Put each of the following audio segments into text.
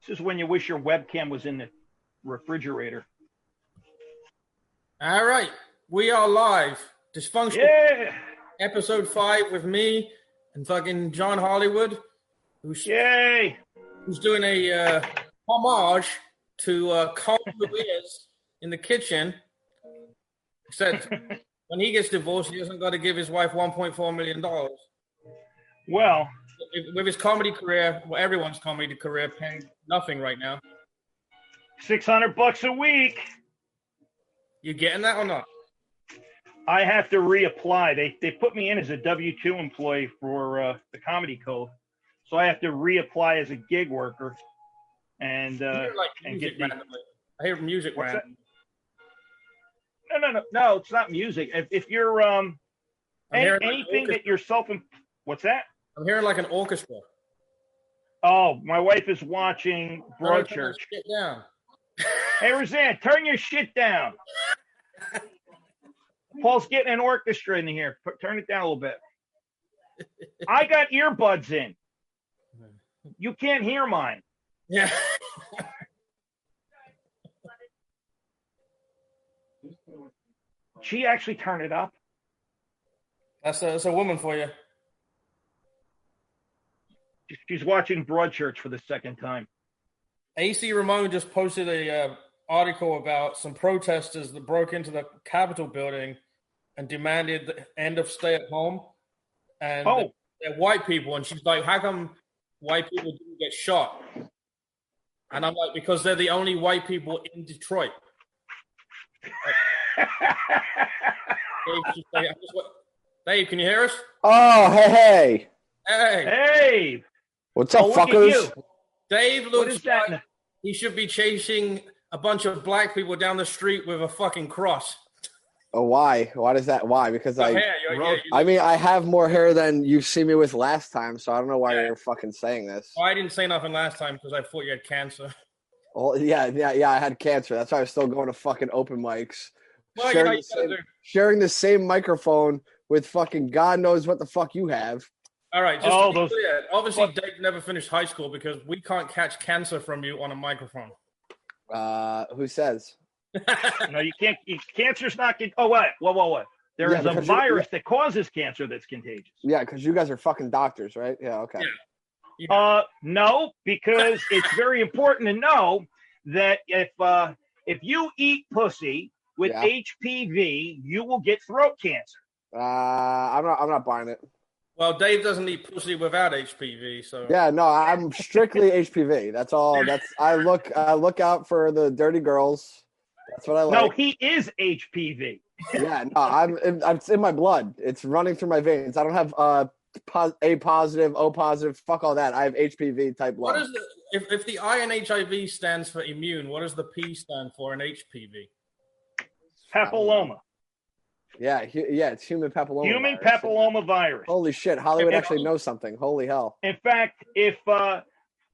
This is when you wish your webcam was in the refrigerator. All right, we are live. Dysfunctional Yeah, episode five with me and fucking John Hollywood, who's yay! who's doing a uh, homage to uh, Carl Lewis in the kitchen. Except when he gets divorced, he hasn't got to give his wife 1.4 million dollars. Well, With his comedy career, well, everyone's comedy career paying nothing right now. six hundred bucks a week. You getting that or not? I have to reapply. They they put me in as a W two employee for uh, the Comedy Cove, so I have to reapply as a gig worker. And I uh, hear, like, and get music the- randomly. I hear music What's that? randomly. no, no, no, no, it's not music. If if you're um I'm any- hearing like anything orchestra. that you're self, what's that? I'm hearing like an orchestra. Oh, my wife is watching Oh, Turn Broadchurch. that shit down. Hey, Roseanne, turn your shit down. Paul's getting an orchestra in here. P- turn it down a little bit. I got earbuds in. You can't hear mine. Yeah. She actually turned it up. That's a, that's a woman for you. She's watching Broadchurch for the second time. AC Ramon just posted a uh, article about some protesters that broke into the Capitol building and demanded the end of stay at home. And Oh, they're white people. And she's like, how come white people didn't get shot? And I'm like, because they're the only white people in Detroit. Dave's just like, I'm just like, Dave, can you hear us? Oh, hey, hey. Hey, hey. What's up, oh, look at fuckers? you. Dave What looks is that? like He should be chasing a bunch of black people down the street with a fucking cross. Oh, why? Why does that? Why? Because Your I, hair, your- Road- yeah, you- I mean, I have more hair than you've seen me with last time, so I don't know why Yeah. you're fucking saying this. Well, I didn't say nothing last time because I thought you had cancer. Well, yeah, yeah, yeah. I had cancer. That's why I was still going to fucking open mics, Well, you Sharing know, you the gotta same- do- sharing the same microphone with fucking God knows what the fuck you have. All right, just Oh, to be those- clear, obviously What? Dave never finished high school because we can't catch cancer from you on a microphone. Uh, who says? No, you can't. You, cancer's not. con- Oh, what? Whoa, whoa, whoa. There Yeah, is a because you- virus that causes cancer that's contagious. Yeah, because you guys are fucking doctors, right? Yeah, okay. Yeah. Uh, no, because it's very important to know that if uh, if you eat pussy with Yeah. HPV, you will get throat cancer. Uh, I'm not. I'm not buying it. well, Dave doesn't eat pussy without HPV, so Yeah, no, I'm strictly HPV. That's all. That's I look. I look out for the dirty girls. That's what I No, Oh, like. he is HPV. Yeah, no, I'm. I'm it's in my blood. It's running through my veins. I don't have uh, pos- A positive, O positive. Fuck all that. I have HPV type What blood. is the, if, if the I in HIV stands for immune, what does the P stand for in HPV? Papilloma, yeah, hu- yeah, it's human papilloma. human virus. papilloma virus. Holy shit! Hollywood And- actually knows something. Holy hell! In fact, if uh,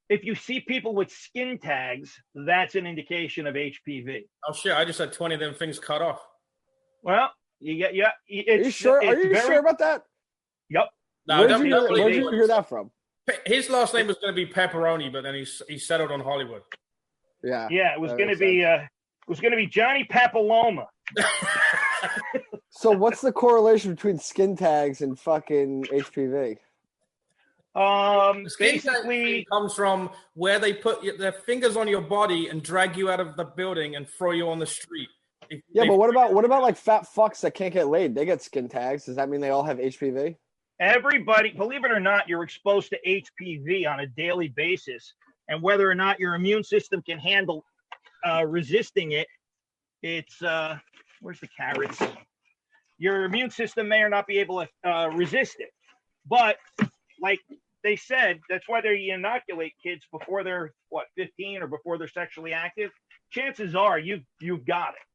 if you see people with skin tags, that's an indication of HPV. Oh shit, I just had 20 of them things cut off. Well, you get yeah. It's, Are you sure? Are it's you very- sure about that? No, where don't did you, don't hear, believe where'd me. you hear that from? Pe- His last name was going to be Pepperoni, but then he s- he settled on Hollywood. Yeah. Yeah, it was That going to makes be uh, it was going to be Johnny Papilloma. So what's the correlation between skin tags and fucking HPV? Um, Skin tag basically, comes from where they put y- their fingers on your body and drag you out of the building and throw you on the street. If Yeah, they- but what about what about like fat fucks that can't get laid? They get skin tags. Does that mean they all have HPV? everybody, believe it or not, you're exposed to HPV on a daily basis, and whether or not your immune system can handle uh, resisting it, it's uh, where's the carrots? Your immune system may or not be able to uh, resist it, but like they said, that's why they inoculate kids before they're what 15 or before they're sexually active. Chances are you you've got it.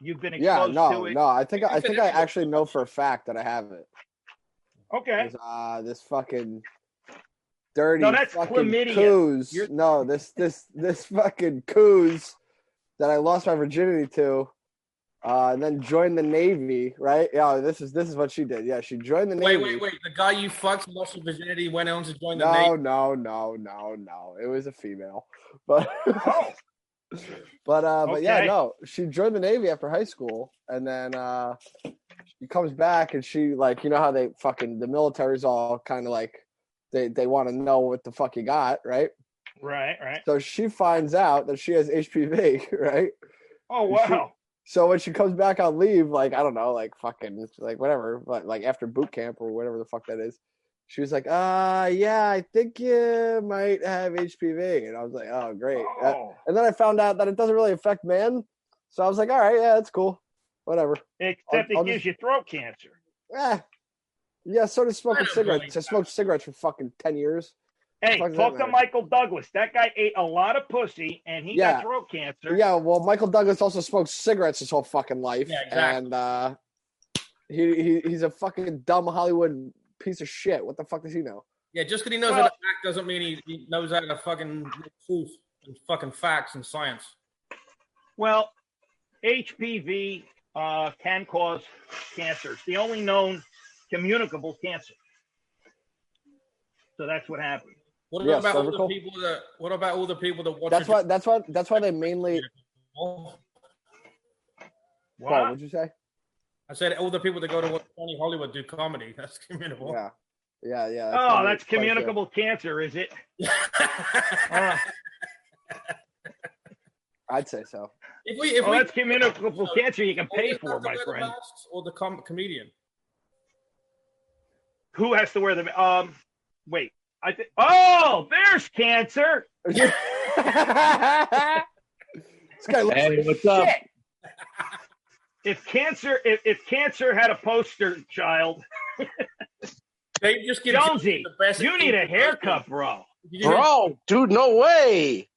You've been Yeah, exposed no, to it. no. I think I It's an think I illegal actually know for a fact that I have it. Okay. 'Cause, Uh, this fucking dirty No, that's fucking chlamydia. coos. You're- No, this this this fucking coos that I lost my virginity to, uh, and then joined the navy. Right? Yeah, this is this is what she did. Yeah, she joined the Wait, navy. wait, wait! The guy you fucked lost his virginity, went on to join the No, Navy. no, no, no, no. It was a female. But Oh, but uh but yeah, Okay. no. She joined the Navy after high school and then uh she comes back and she like you know how they fucking the military's all kinda like they, they want to know what the fuck you got, right? right, right. So she finds out that she has HPV, right? Oh, You see- wow. So when she comes back on leave, like I don't know, like fucking, like whatever, but like after boot camp or whatever the fuck that is, she was like, "Uh, yeah, I think you might have HPV," and I was like, "Oh, great!" Uh, Oh, and then I found out that it doesn't really affect men, so I was like, "All right, yeah, that's cool, whatever." except I'll it just- gives you throat cancer. Eh. Yeah, so does smoking don't really cigarettes. I smoked cigarettes for fucking ten years. Hey, fuck does that talk to matter? Michael Douglas. That guy ate a lot of pussy and he Yeah. got throat cancer. Yeah, well, Michael Douglas also smoked cigarettes his whole fucking life, Yeah, exactly. and uh, he, he he's a fucking dumb Hollywood piece of shit. What the fuck does he know? Yeah, just because he knows how Well- to act doesn't mean he, he knows how to fucking know truth and fucking facts and science. Well, HPV uh, can cause cancer. It's the only known communicable cancer. So that's what happened. What Yeah, about all cervical. the people that? What about all the people that watch? That's it- why. That's why. That's why they mainly. Paul, What? what'd you say? I said all the people that go to watch Johnny Hollywood do comedy. That's communicable. Yeah, yeah, yeah. Oh, probably that's quite good. communicable cancer, is it? Uh, if I'd say so. we, if Oh, we that's communicable cancer you can all pay the for, people my that wear the friend. masks Or the com- comedian. Who has to wear them? Um, wait. I think. Oh, there's cancer. this guy looks Hey, what's up? shit. If cancer, if, if cancer had a poster child, They just give Jonesy, the best. you need a haircut, bro. You give- Bro, dude, no way.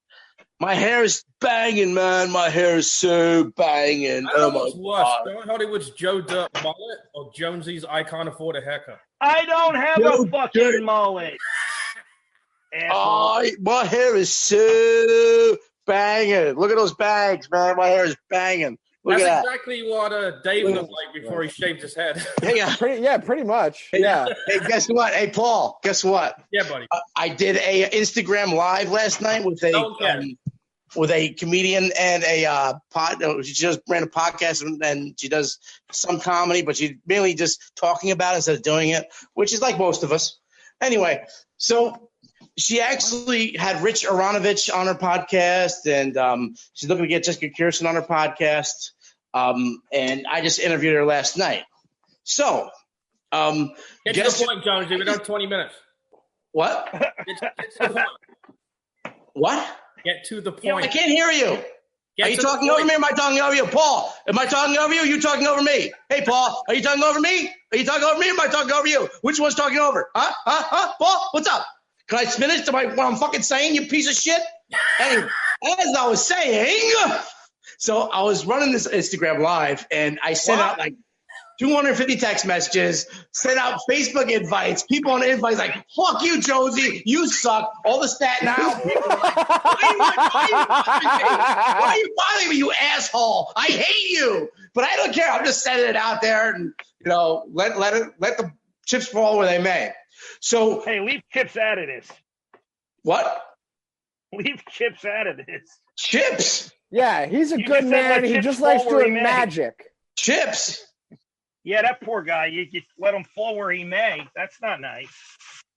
My hair is banging, man. My hair is so banging. I Oh don't know my what's worse, god. Johnny Hollywood's Joe Dirt mullet or Jonesy's I can't afford a haircut. I don't have No a fucking dirt. mullet. Asshole. I, my hair is so banging. Look at those bangs, man. My hair is banging. Look That's at exactly what uh, Dave Look looked like before he shaved his head. that. Hang on. Pretty, yeah, pretty much. Yeah, Hey, guess what? Hey, Paul. Guess what? yeah, buddy. I- I did a Instagram live last night with a Don't care. um, with a comedian and a uh, pod. no, She just ran a podcast and, and she does some comedy, but she mainly just talking about it instead of doing it, which is like most of us. Anyway, so she actually had Rich Aronovich on her podcast, and um, she's looking to get Jessica Kirsten on her podcast. Um, and I just interviewed her last night. So, um, Get Guess- to the point, Jonesy. We don't have 20 minutes. what? Get, get to the point. What? Get to the Yeah, I point. can't hear you. Get are you to the talking over point. me? Or am I talking over you, Paul? Am I talking over you? Or you talking over me? Hey, Paul, are you talking over me? Are you talking over me? Or am I talking over you? Which one's talking over? Huh? Huh? Huh? Paul, what's up? Can I finish to my, what I'm fucking saying? You piece of shit. Anyway, as I was saying, so I was running this Instagram live, and I sent out like 250 text messages, sent out Facebook invites, people on invites like, fuck you, Josie, you suck, all the Staten Island people. Why you- why you bothering me? Why are you bothering me, you asshole? I hate you, but I don't care. I'm just sending it out there, and you know, let let it let the chips fall where they may. So Hey, leave chips out of this. what Leave chips out of this. chips? yeah. He's a You good just said let man. He chips just likes fall where he doing may. magic. Chips? Yeah, that poor guy. You, you let him fall where he may. That's not nice.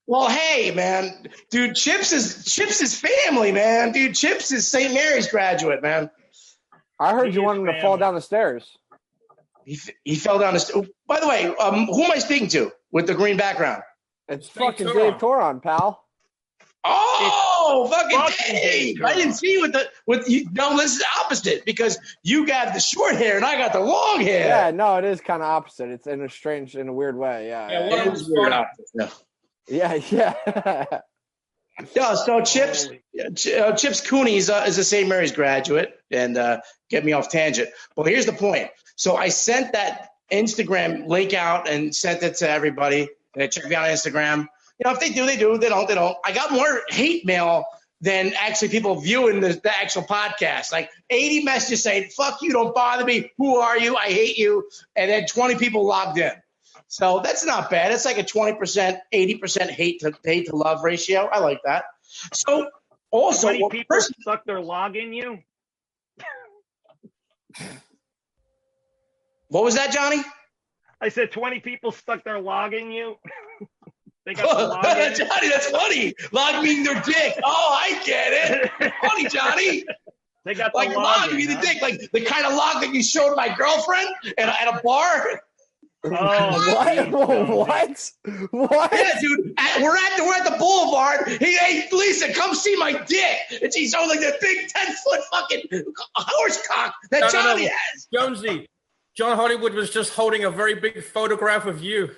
Well, hey, man, dude, chips is chips is family, man, dude. Chips is St. Mary's graduate, man. I heard He you is wanted him to fall family. down the stairs. He, f- he fell down the. St- By the way, um, who am I speaking to with the green background? It's Dave fucking Turon. Dave Toron, pal. Oh, fucking fucking Dave Dave! I didn't see what the what you. No, this is opposite because you got the short hair and I got the long Yeah, hair. no, it is kind of opposite. It's in a strange, in a weird way. Yeah, Yeah, yeah, what- It was weird. No. yeah. yeah. Yeah, so Chips, Holy- yeah, Ch- uh, Chips Cooney is, uh, is a St. Mary's graduate, and uh, get me off tangent. But here's the point. So I sent that Instagram link out and sent it to everybody. And they checked me out on Instagram. You know, if they do, they do. They don't, they don't. I got more hate mail than actually people viewing the, the actual podcast. Like 80 messages saying, fuck you, don't bother me. Who are you? I hate you. And then 20 people logged in. So that's not bad. It's like a 20%, 80% hate to hate to love ratio. I like that. So How Also, many what people person, suck their log in you? what was that, Johnny? I said 20 people stuck their log in you. they got the log in. Johnny, that's funny. Log meaning their dick. Oh, I get it. Funny, Johnny. they got the Like log log in, meaning the huh? dick, like the kind of log that you showed my girlfriend at, at a bar. Oh, What? geez, Jonesy. what? What? Yeah, dude. At, we're at the, we're at the boulevard. He, hey, Lisa, come see my dick. And she's holding the big ten foot fucking horse cock that No, no, Johnny no. has. Jonesy, John Hollywood was just holding a very big photograph of you.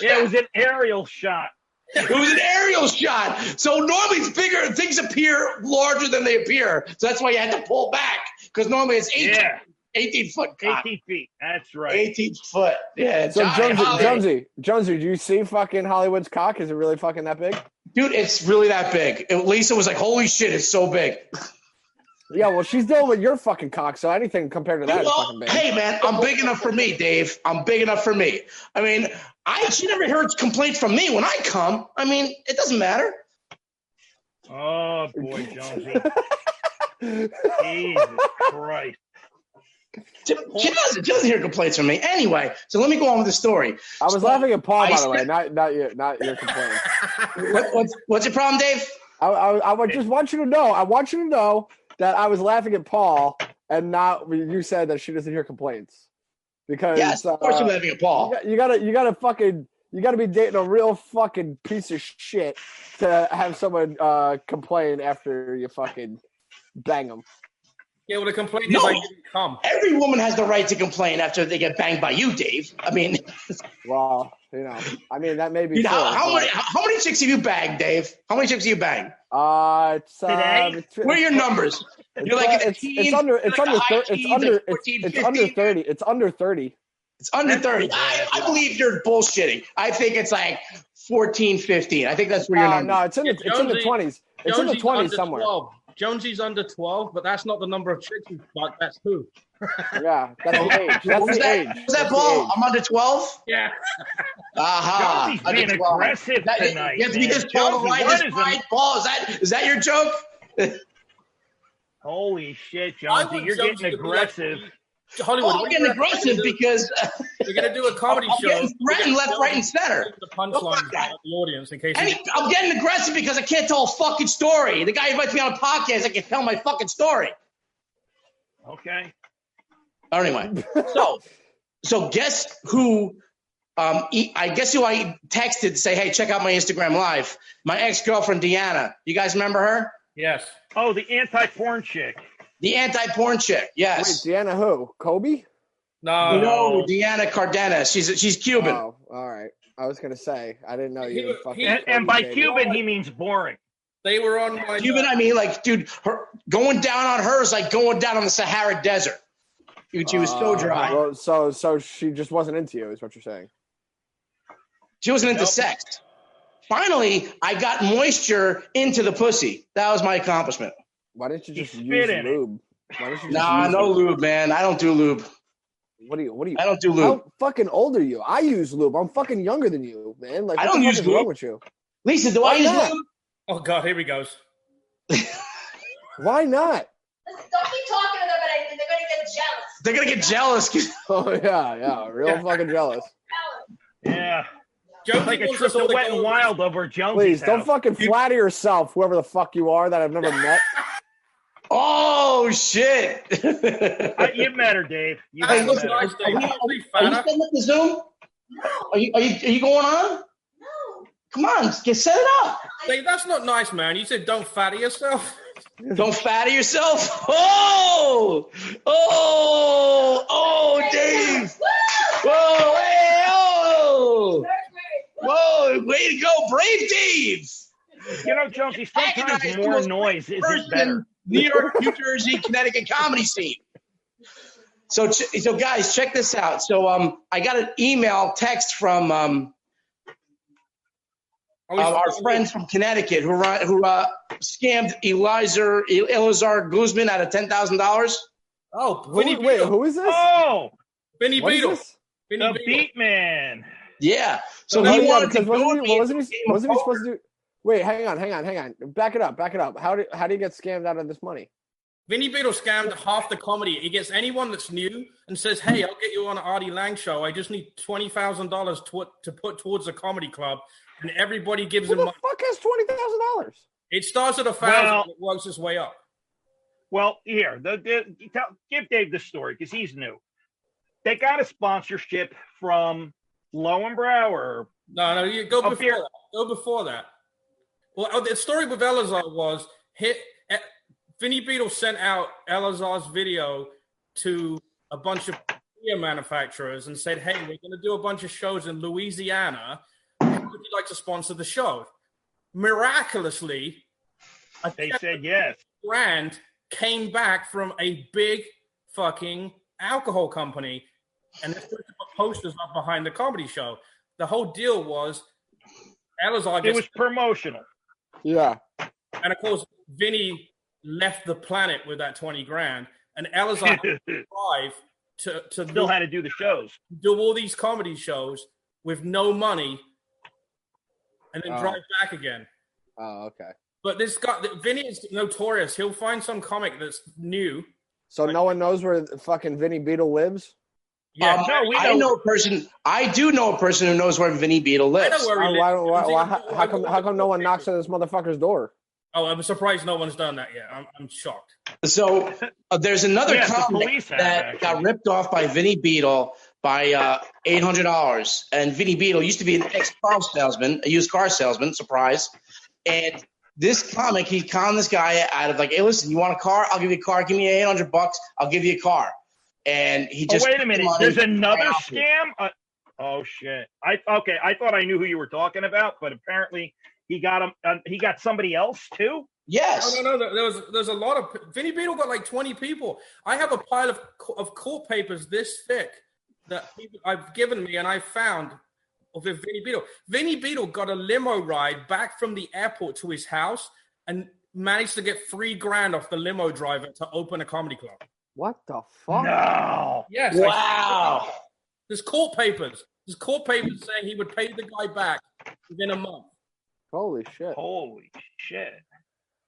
Yeah, it was an aerial shot. It was an aerial shot. So normally it's bigger. Things appear larger than they appear. So that's why you had to pull back because normally it's 18, Yeah, 18 foot cock. 18 feet. That's right. 18 foot. Yeah. So Johnny Jonesy, Holiday. Jonesy, Jonesy, do you see fucking Hollywood's cock? Is it really fucking that big? Dude, it's really that big. And Lisa was like, holy shit, it's so big. Yeah, well, she's dealing with your fucking cock, so anything compared to that is Well, fucking big. hey, man, I'm big enough for me, Dave. I'm big enough for me. I mean, I she never heard complaints from me when I come. I mean, it doesn't matter. Oh, boy, Jonesy. Jesus Christ. She she doesn't, she doesn't hear complaints from me. Anyway, so let me go on with the story. I was laughing at Paul, I by the way, said- not not you, not your complaint. What, what's, what's your problem, Dave? I, I, I would just want you to know. I want you to know that I was laughing at Paul and not you said that she doesn't hear complaints because Yes, of course uh, you're having a you, ball. got- you gotta you gotta fucking you gotta be dating a real fucking piece of shit to have someone uh, complain after you fucking bang them. Yeah, well, the complaint No. is I didn't come. Every woman has the right to complain after they get banged by you, Dave. I mean, Well, you know, I mean that may be. you know, how, true, how but, many how many chicks have you banged, Dave? How many chicks have you banged? Uh, it's, uh, Today? between- Where are your numbers? it's, you're like in the it's, teens, it's under you're it's like under the high thir- it's teens, under like it's, 14, it's under 15. thirty it's under thirty. It's under 30. I, I believe you're bullshitting. I think it's like 14, 15. I think that's where your Uh, number no, it's in the Yeah, it's in the Jonesy- twenties. It's in the twenties somewhere. 12. Jonesy's under 12, but that's not the number of chicks we've got. That's who. Yeah, that's the age. That's the What was that, age. what was that That's the ball? age. I'm under 12? Yeah. Ah, Aha. Jonesy's under being 12. aggressive That- tonight. You have to man. get this ball Jonesy, to ride what this is the- wide ball. Is that, is that your joke? Holy shit, I Jonesy. want You're Jonesy getting to be like- aggressive. Hollywood. Oh, I'm what getting do you reckon aggressive we're gonna do? because we're going to do a I'm comedy show. getting threatened left, right, and center. The Don't punchline fuck that. the audience in case. Any, you- I'm getting aggressive because I can't tell a fucking story. The guy invites me on a podcast, I can tell my fucking story. Okay. Anyway, so so guess who? Um, e- I guess who I texted say, hey, check out my Instagram live. My ex girlfriend Deanna. You guys remember her? Yes. Oh, the anti porn chick. The anti porn chick. Wait, Yes. Deanna who? Kobe? No. no, Deanna Cardenas. She's she's Cuban. Oh, all right. I was gonna say I didn't know you. He- were fucking he- And, Kobe and by dating. Cuban, he means boring. They were on my. Cuban. I mean, like, dude, her going down on her is like going down on the Sahara Desert. Dude, she was so Uh, dry. well, so so she just wasn't into you, is what you're saying? She wasn't into sex. Finally, I got moisture into the pussy. That was my accomplishment. Why didn't you He just spit use in it. lube? Why didn't you just Nah, use no lube, man. I don't do lube. What do you? What do you? I don't do lube. How fucking old are you? I use lube. I'm fucking younger than you, man. Like I what don't the fuck use is wrong lube. with you? Lisa, do Why I use not? lube? Oh, God. Here he goes. Why not? Listen, don't keep talking to them, and they're gonna get jealous. They're gonna get jealous. Oh yeah, yeah. Real fucking jealous. Yeah. Jonesy Like a wants trip us to all to Wet go and Wild over Jonesy's Please don't house. fucking You- flatter yourself, whoever the fuck you are that I've never met. oh shit! I, you met her, Dave. You That's met what's her. nice, Are Dave. you, are you Actually, fatter. setting up the Zoom? Are you, are you are you going on? Oh, No, Come on, get set it up. Dave, that's not nice, man. You said don't fatter yourself. Don't fatter yourself. Oh, oh, oh, Dave. Woo! Whoa, hey, oh, Very great. whoa, way to go, brave Dave. You know, Jonesy, sometimes Agonized more most noise isn't first better. in New York, New Jersey, Connecticut comedy scene. So, ch- so guys, check this out. So, um, I got an email text from um, Oh, Oh, uh, he's- our friends from Connecticut who run, who uh, scammed Elizer Elazar Guzman out of ten thousand dollars. Oh, Who- Vinny wait, Beetle. who is this? Oh, Vinny What is Beetle. this? Vinny the Beetle. Beat Man. Yeah. So No, he Oh, yeah, wanted to because go wasn't he, with me well, wasn't into a he, game of wasn't he poker. supposed to do? Wait, hang on, hang on, hang on. Back it up, back it up. How do how do you get scammed out of this money? Vinny Beetle scammed half the comedy. He gets anyone that's new and says, "Hey, I'll get you on an Artie Lang show. I just need twenty thousand dollars to put towards a comedy club," and everybody gives Who him the money. fuck has twenty thousand dollars? It starts at a thousand. Well- and it works its way up. Well, here, the, the, tell, give Dave the story because he's new. They got a sponsorship from Lowenbrow or No, no, you go Up before here. that. Go before that. Well, oh, the story with Elazar was hit. eh, Vinny Beetle sent out Elazar's video to a bunch of beer manufacturers and said, "Hey, we're going to do a bunch of shows in Louisiana. Would you like to sponsor the show?" Miraculously, a they check said yes. grand came back from a big fucking alcohol company, and they put posters up behind the comedy show. The whole deal was Elazar It gets, was promotional. Yeah. and of course Vinny left the planet with that twenty grand, and Elazar drive to to Still had to do the shows. do all these comedy shows with no money, and then Oh. drive back again. Oh, okay. But this guy, Vinny is notorious. He'll find some comic that's Oh, new. So no one knows where the fucking Vinny Beetle lives? Yeah, Um, no, we I know- know a person. I do know a person who knows where Vinny Beetle I lives. know where Why, he lives. why, why, I'm why, thinking- how come how come no one knocks on this motherfucker's door? Oh, I'm surprised no one's done that yet. I'm, I'm shocked. So uh, there's another Yes, the comic police have, that actually. got ripped off by Vinny Beetle by uh, eight hundred dollars. And Vinny Beetle used to be an ex car salesman, a used car salesman. Surprise! And this comic, he conned this guy out of like, hey, listen, you want a car? I'll give you a car. Give me eight hundred bucks. I'll give you a car. And he Oh, just wait a minute. money There's another right off you. scam. Uh, oh shit. I okay. I thought I knew who you were talking about, but apparently he got him. Uh, he got somebody else too. Yes. No, no, no. there- There was there's a lot of Vinny Beetle got like 20 people. I have a pile of co- of court papers this thick that people I've given me and I found of Vinny Beetle. Vinny Beetle got a limo ride back from the airport to his house and managed to get three grand off the limo driver to open a comedy club. What the fuck? No. Yes. I- Wow. there's court papers. There's court papers saying he would pay the guy back within a month. Holy shit. Holy shit.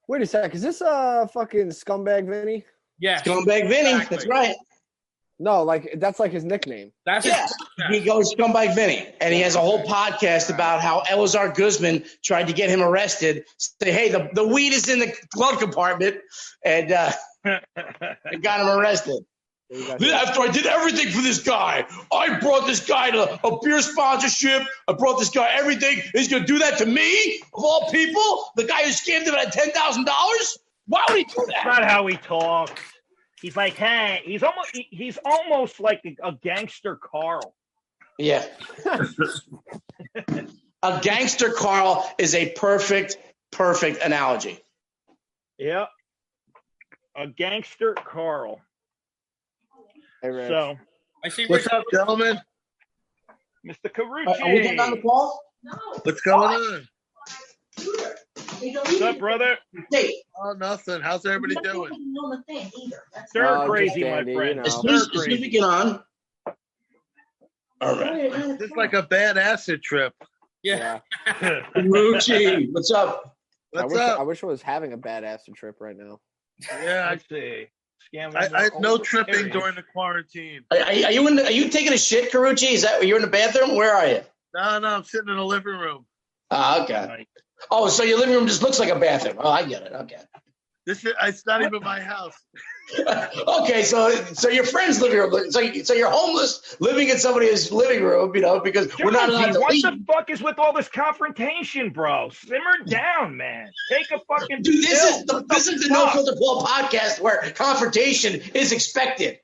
Wait a sec, is this uh fucking scumbag Vinny? Yes. Scumbag Vinny. Exactly. That's right. No, like that's like his nickname. That's his Yes. podcast. He goes scumbag Vinny, and he has a whole podcast about how Elazar Guzman tried to get him arrested. Say, hey, the, the weed is in the glove compartment, and uh, and got him arrested. There you Then guys- after I did everything for this guy, I brought this guy to a beer sponsorship. I brought this guy everything. He's gonna do that to me of all people. The guy who scammed him out of ten thousand dollars. Why would he do That's that? not how he talks. He's like, hey, he's almost he- he's almost like a, a gangster Carl. Yeah. a gangster Carl is a perfect, perfect analogy. Yep. A gangster Carl. Hey, Rich. So, I see What's Richard- up, gentlemen? Mr. Are are we getting on the Carucci, call? No. What's going on? They don't what's up, brother? Hey, Oh, nothing. How's everybody doing? know the thing either. That's Sir Uh, Oh, just crazy, my dandy, you friend. know. as No. soon as, Sir as soon as we crazy. get on. All right. This is like a bad acid trip. yeah. Rucci, what's up? I What's wish I up? wish I was having a bad acid trip right now. Yeah, Let's see. Scam I, I, I had no over- tripping Here he is. during the quarantine. Are, are are you in? The, are you taking a shit, Carucci? Is that you're in the bathroom? Where are you? No, no, I'm sitting in the living room. Ah, okay. Oh, so your living room just looks like a bathroom. Oh, I get it. Okay. This is it's not even my house. okay, so so your friend's living room. So so you're homeless, living in somebody's living room. You know because we're not Georgie, allowed to what leave. the fuck is with all this confrontation, bro? Simmer down, man. Take a fucking Dude, this pill. is the, What this is the No fuck? Filter Paul podcast where confrontation is expected.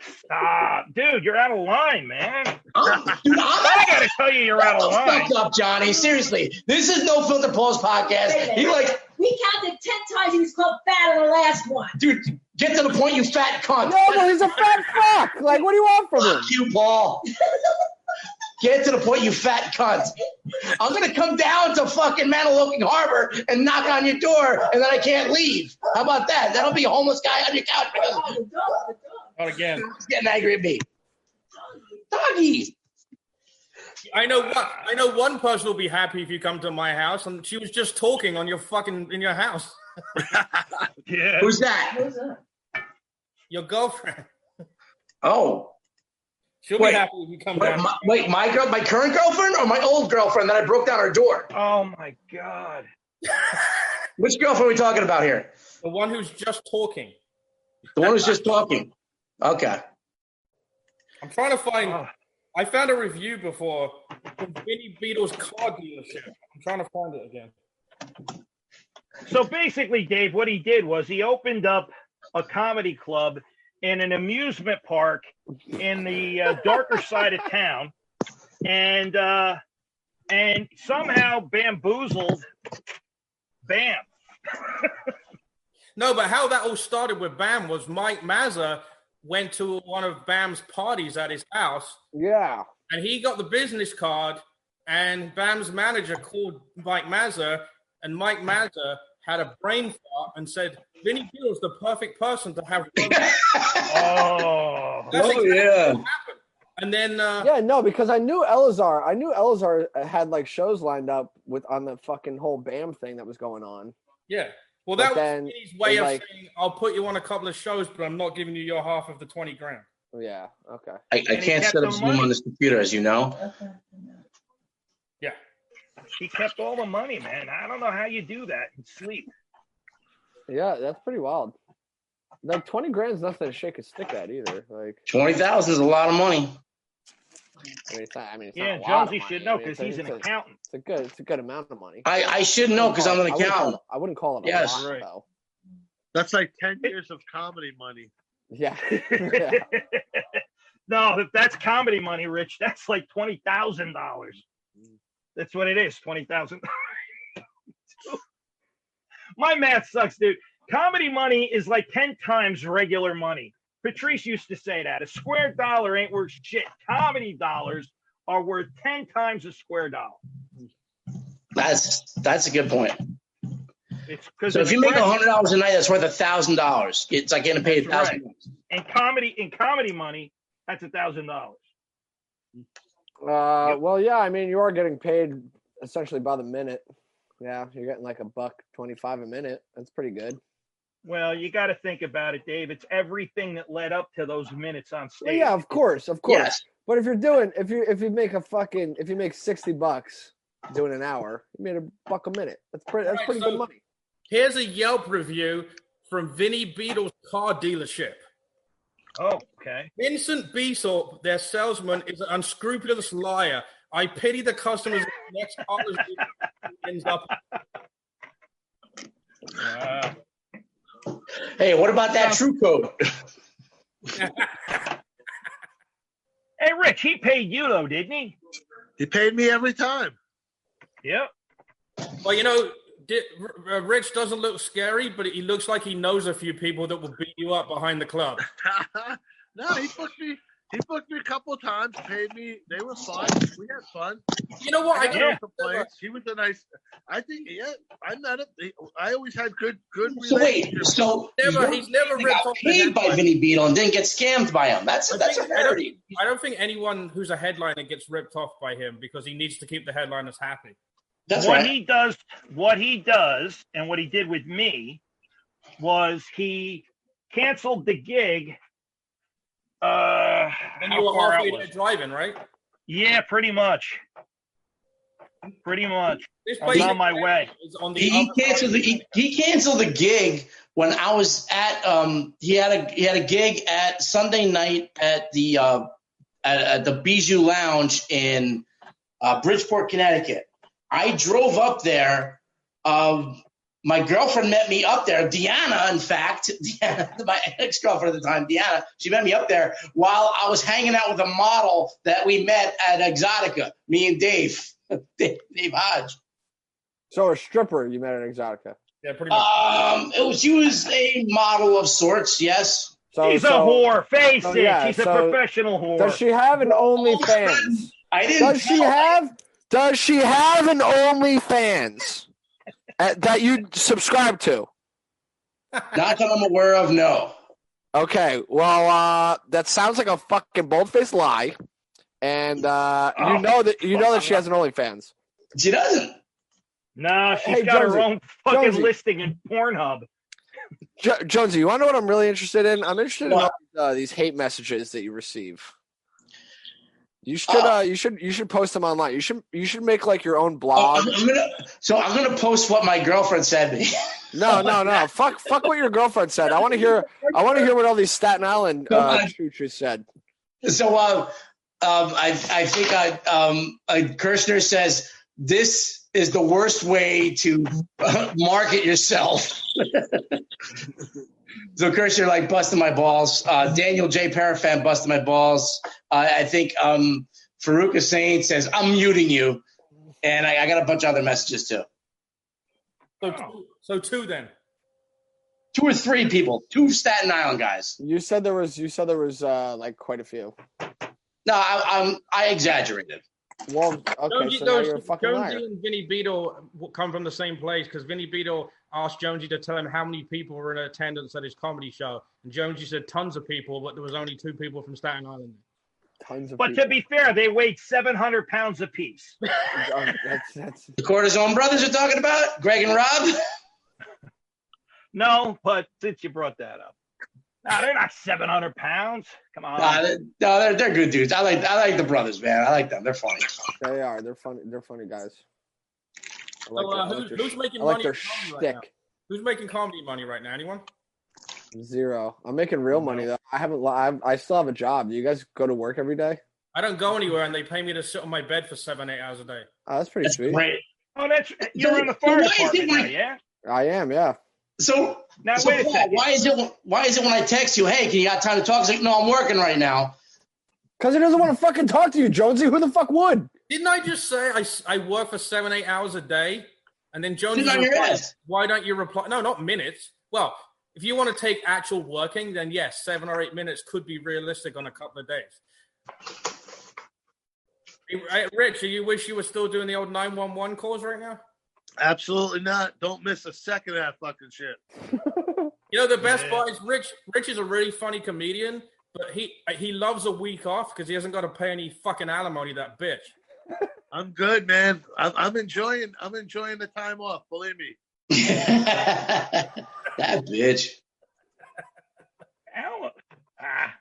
Stop. ah, dude, you're out of line, man. Oh, dude, I I'm gotta tell you, you're out of line. fucked up, Johnny. Seriously, this is No Filter Paul's podcast. He like, We counted ten times he was called fat on the last one. dude, get to the point, you fat cunt. No, but he's a fat fuck. Like, what do you want from him? Fuck you, Paul. Get to the point, you fat cunt. I'm gonna come down to fucking Manaloking Harbor and knock on your door, and then I can't leave. How about that? That'll be a homeless guy on your couch because Oh, the dog, the dog, Not again. he's getting angry at me. the dog. Doggy. I know one. I know one person will be happy if you come to my house, and she was just talking on your fucking in your house. Yeah. Who's that? Who's that? Your girlfriend. Oh, She'll Wait. be happy if you come wait, down. my, wait, my girl, my current girlfriend or my old girlfriend that I broke down her door? Oh my god. Which girlfriend are we talking about here? the one who's just talking. The one who's just talking. Okay. I'm trying to find. Oh. I found a review before from Vinny Beetle's car dealership. I'm trying to find it again. So basically, Dave, what he did was he opened up a comedy club in an amusement park in the uh, darker side of town, and uh, and somehow bamboozled Bam. No, but how that all started with Bam was Mike Mazza went to one of Bam's parties at his house, Yeah. and he got the business card. And Bam's manager called Mike Mazza, and Mike Mazza had a brain fart and said, "Vinny Beetle's the perfect person to have." Oh, That's Oh, exactly yeah. what happened. And then uh, Yeah, no, because I knew Elazar. I knew Elazar had like shows lined up with on the fucking whole BAM thing that was going on. Yeah. Well, But that then was his way it, of like- saying, I'll put you on a couple of shows, but I'm not giving you your half of the 20 grand. Yeah. Okay. I, I And he can't kept set up the Zoom money. on this computer, as you know. Okay. he kept all the money, man. I don't know how you do that and sleep. Yeah, that's pretty wild. Like twenty grand's nothing to shake a stick at either. Like, 20000 is a lot of money. I mean, it's not. I mean, it's Yeah, not and a lot of Jonesy should know money. I mean, because it's a- he's an it's a- accountant. It's a good. It's a good amount of money. I, I should know because I'm an I wouldn't call accountant. it- I wouldn't call it a Yeah. lot Right. though. That's like 10 years of comedy money. Yeah. yeah. no, if that's comedy money, Rich, that's like twenty thousand dollars. That's what it is, twenty thousand. My math sucks, dude. Comedy money is like ten times regular money. Patrice used to say that a square dollar ain't worth shit. Comedy dollars are worth ten times a square dollar. That's that's a good point. It's because So if you make hundred dollars a night, that's worth thousand dollars. It's like getting paid That's thousand. and comedy in comedy money, that's a thousand dollars. Uh, Yep. well, yeah. I mean, you are getting paid essentially by the minute. Yeah, you're getting like a buck twenty-five a minute. That's pretty good. Well, you got to think about it, Dave. It's everything that led up to those minutes on Well, stage. yeah, of course, of course. Yes. But if you're doing, if you if you make a fucking, if you make sixty bucks doing an hour, you made a buck a minute. That's pretty. That's Right, pretty so- good money. Here's a Yelp review from Vinny Beetle's car dealership. Oh, okay. Vincent Beesorp, their salesman, is an unscrupulous liar. I pity the customers of the next car review ends up. Uh, Hey, what about that true code? hey, Rich, he paid you though, didn't he? He paid me every time. Yep. Well, you know, Di- R- R- Rich doesn't look scary, but he looks like he knows a few people that will beat you up behind the club. no, he booked me. He booked me a couple of times, paid me. They were fine. We had fun. You know what? I I had can Yeah. no complaints. He was a nice. I think. Yeah, I'm not. A, I always had good, good So wait, relationships. so Never, he's never he ripped got off the paid by headline. Vinny Beetle and didn't get scammed by him. That's I that's a think- I don't- rarity. I don't think anyone who's a headliner gets ripped off by him because he needs to keep the headliners happy. That's what right. he does, what he does, and what he did with me was he canceled the gig. Uh, And how you were far out halfway was there it? driving, right? yeah, pretty much. Pretty much. This I'm place on my way. is on the He, he other canceled the E he, he canceled the gig when I was at um he had a he had a gig at Sunday night at the uh at, at the Bijou Lounge in uh, Bridgeport, Connecticut. I drove up there. Um, my girlfriend met me up there. Deanna, in fact, Deanna, my ex girlfriend at the time, Deanna, she met me up there while I was hanging out with a model that we met at Exotica, me and Dave, Dave, Dave Hodge. So a stripper you met at Exotica. Yeah, pretty much. Um, it was, she was a model of sorts, yes. So He's so- a whore. Face so, it. yeah, She's a so- professional whore. Does she have an OnlyFans? I didn't. Does she tell- have? Does she have an OnlyFans uh, that you subscribe to? Not that I'm aware of, no. Okay, well, uh, that sounds like a fucking boldface lie. and uh, Oh. you know that you know that she has an OnlyFans. She doesn't. No, she's Hey, got Jonesy. her own fucking Jonesy. listing in Pornhub. Jo- Jonesy, you want to know what I'm really interested in? I'm interested in What? all these, uh, these hate messages that you receive. You should, Oh. uh, you should, you should post them online. You should, you should make like your own Oh, blog. I'm, I'm gonna. So I'm gonna post what my girlfriend said me. No, no, no. fuck, fuck what your girlfriend said. I want to hear. I want to hear what all these Staten Island uh, Nobody- choo-choos said. So um, um, I I think I um uh, Kirshner says this is the worst way to uh, market yourself. so Kirshner like busted my balls. Uh, Daniel J Parafan busted my balls. Uh, I think um Farouk Hussein says I'm muting you, and I, I got a bunch of other messages too. So, two, so two then. Two or three people, two Staten Island guys. You said there was. You said there was uh, like quite a few. No, I, I'm I exaggerated. Well, okay, Jonesy, so now goes- you're a fucking liar. Jonesy and Vinny Beetle w- come from the same place because Vinny Beetle asked Jonesy to tell him how many people were in attendance at his comedy show, and Jonesy said tons of people, but there was only two people from Staten Island. Tons of But people. to be fair, they weighed 700 pounds apiece. Oh, that's, that's, The Cortisone brothers are talking about Greg and Rob. No, but since you brought that up, no, they're not 700 pounds. Come on. Nah, they- no, they're, they're good dudes. I like I like the brothers, man. I like them. They're funny. they are. They're funny. They're funny guys. I So, uh, their- I who's- their who's sh- making I like money their at home right now? shtick. Who's making comedy money right now? Anyone? Zero. I'm making real money though. I haven't. li- I I still have a job. You guys go to work every day. I don't go anywhere, and they pay me to sit on my bed for seven, eight hours a day. Oh, that's pretty That's sweet. great. oh, that's you're in the So why fire is department it now, like- yeah? I am. Yeah. So, Now so wait a Paul, second. why is it why is it when I text you, hey, can you got time to talk? It's like, no, I'm working right now. Cause he doesn't want to fucking talk to you, Jonesy. Who the fuck would? Didn't I just say I, s- I work for seven, eight hours a day? And then Jones Sit on your replied, ass. why don't you reply? No, not minutes. Well, if you want to take actual working, then yes, seven or eight minutes could be realistic on a couple of days. Hey, hey, Rich, do you wish you were still doing the old 911 calls right now? Absolutely not. Don't miss a second of that fucking shit. You know the best Yeah. part is Rich. Rich is a really funny comedian, but he he loves a week off because he hasn't got to pay any fucking alimony. That bitch. I'm good, man. I'm, I'm enjoying. I'm enjoying the time off. Believe me. that bitch. Al- ah,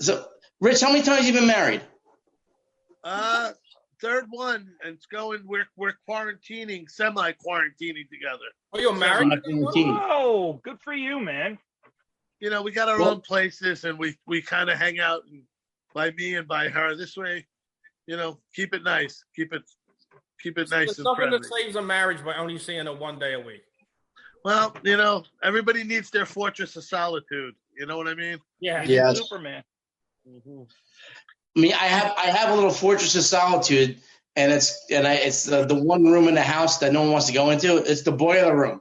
So, Rich, how many times you been married? Uh, third one, and it's going. We're we're quarantining, semi quarantining together. Oh, you're married. Not 17. whoa, good for you, man. You know, we got our Well- own places, and we we kind of hang out and, by me and by her. This way, you know, keep it nice. Keep it keep it nice There's and nothing friendly. that saves a marriage by only seeing her one day a week. Well, you know, everybody needs their fortress of solitude. You know what I mean? Yeah. He's a Yes. Superman. I mean, I have I have a little fortress of solitude, and it's and I, it's the, the one room in the house that no one wants to go into. It's the boiler room.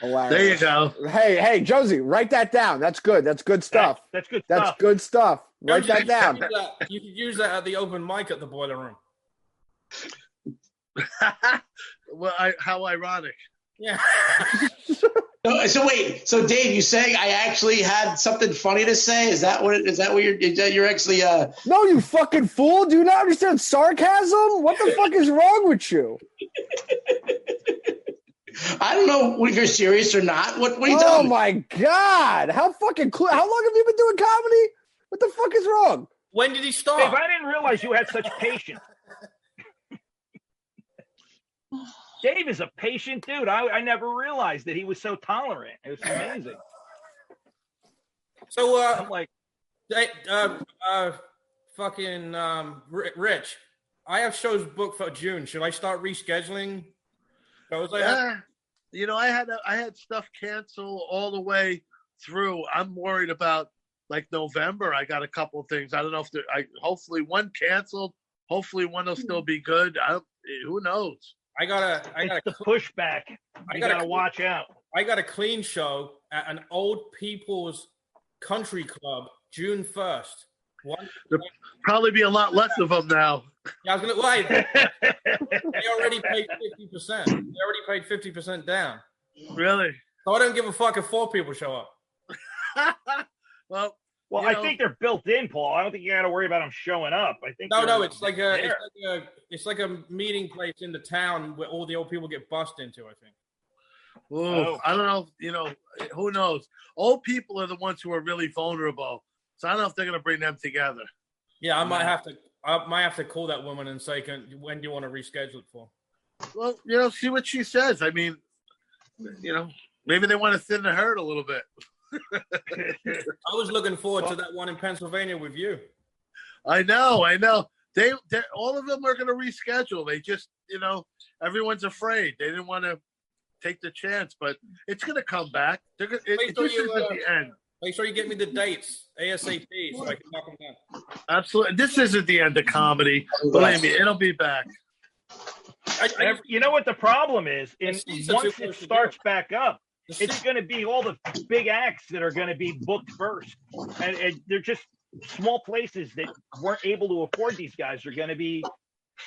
Hilarious. There you go. Hey, hey, Josie, write that down. That's good. That's good stuff. That- that's good That's stuff. good stuff. Write Jonesy, you that could down. use that- You could use that at the open mic at the boiler room. well, I, how ironic. Yeah. No, so wait, so Dave, you saying I actually had something funny to say? Is that what? Is that what you're? Is that you're actually? Uh, No, you fucking fool. Do you not understand sarcasm? What the fuck is wrong with you? I don't know if you're serious or not. What? What are you oh telling me? my god. How fucking cl- how long have you been doing comedy? What the fuck is wrong? when did he Dave, start? I didn't realize you had such patience. Dave is a patient dude. I, I never realized that he was so tolerant. It was amazing. So, uh, I'm like, Hey, uh, uh, fucking um, Ri- Rich, I have shows booked for June. Should I start rescheduling? shows I have? Yeah. You know, I had I had stuff canceled all the way through. I'm worried about like November. I got a couple of things. I don't know if they're- I hopefully one canceled. Hopefully one will still be good. I don't, eh, who knows? I got a, I got it's the a, pushback. You got a- got to watch out. I got a clean show at an old people's country club June first. One, Probably be a lot less of them now. yeah, I was gonna wait. They already paid fifty percent. They already paid fifty percent down. Really? So I don't give a fuck if four people show up. well, Well, You I know- think they're built in, Paul. I don't think you got to worry about them showing up. I think No, they're no, it's like a there. it's like a it's like a meeting place in the town where all the old people get bussed into. I think. Ooh, Oh. I don't know. If, you know, eh, who knows? Old people are the ones who are really vulnerable. So I don't know if they're going to bring them together. Yeah, I might have to. I might have to call that woman and say, "Can when do you want to reschedule it for?" Well, you know, see what she says. I mean, you know, maybe they want to thin the herd a little bit. I was looking forward to that one in Pennsylvania with you. I know, I know. They, they all of them are going to reschedule. They just, you know, everyone's afraid. They didn't want to take the chance, but it's going to come back. They're gonna, it, Wait, it- so this you, is uh, at the end. Make sure you get me the dates ASAP so I can knock them down. Absolutely, this isn't the end of comedy. Believe me, it'll be back. I, I, Ev- you know what the problem is? In, see such once a it push to starts back up, the it's se- going to be all the big acts that are going to be booked first, and, and they're just small places that weren't able to afford these guys are going to be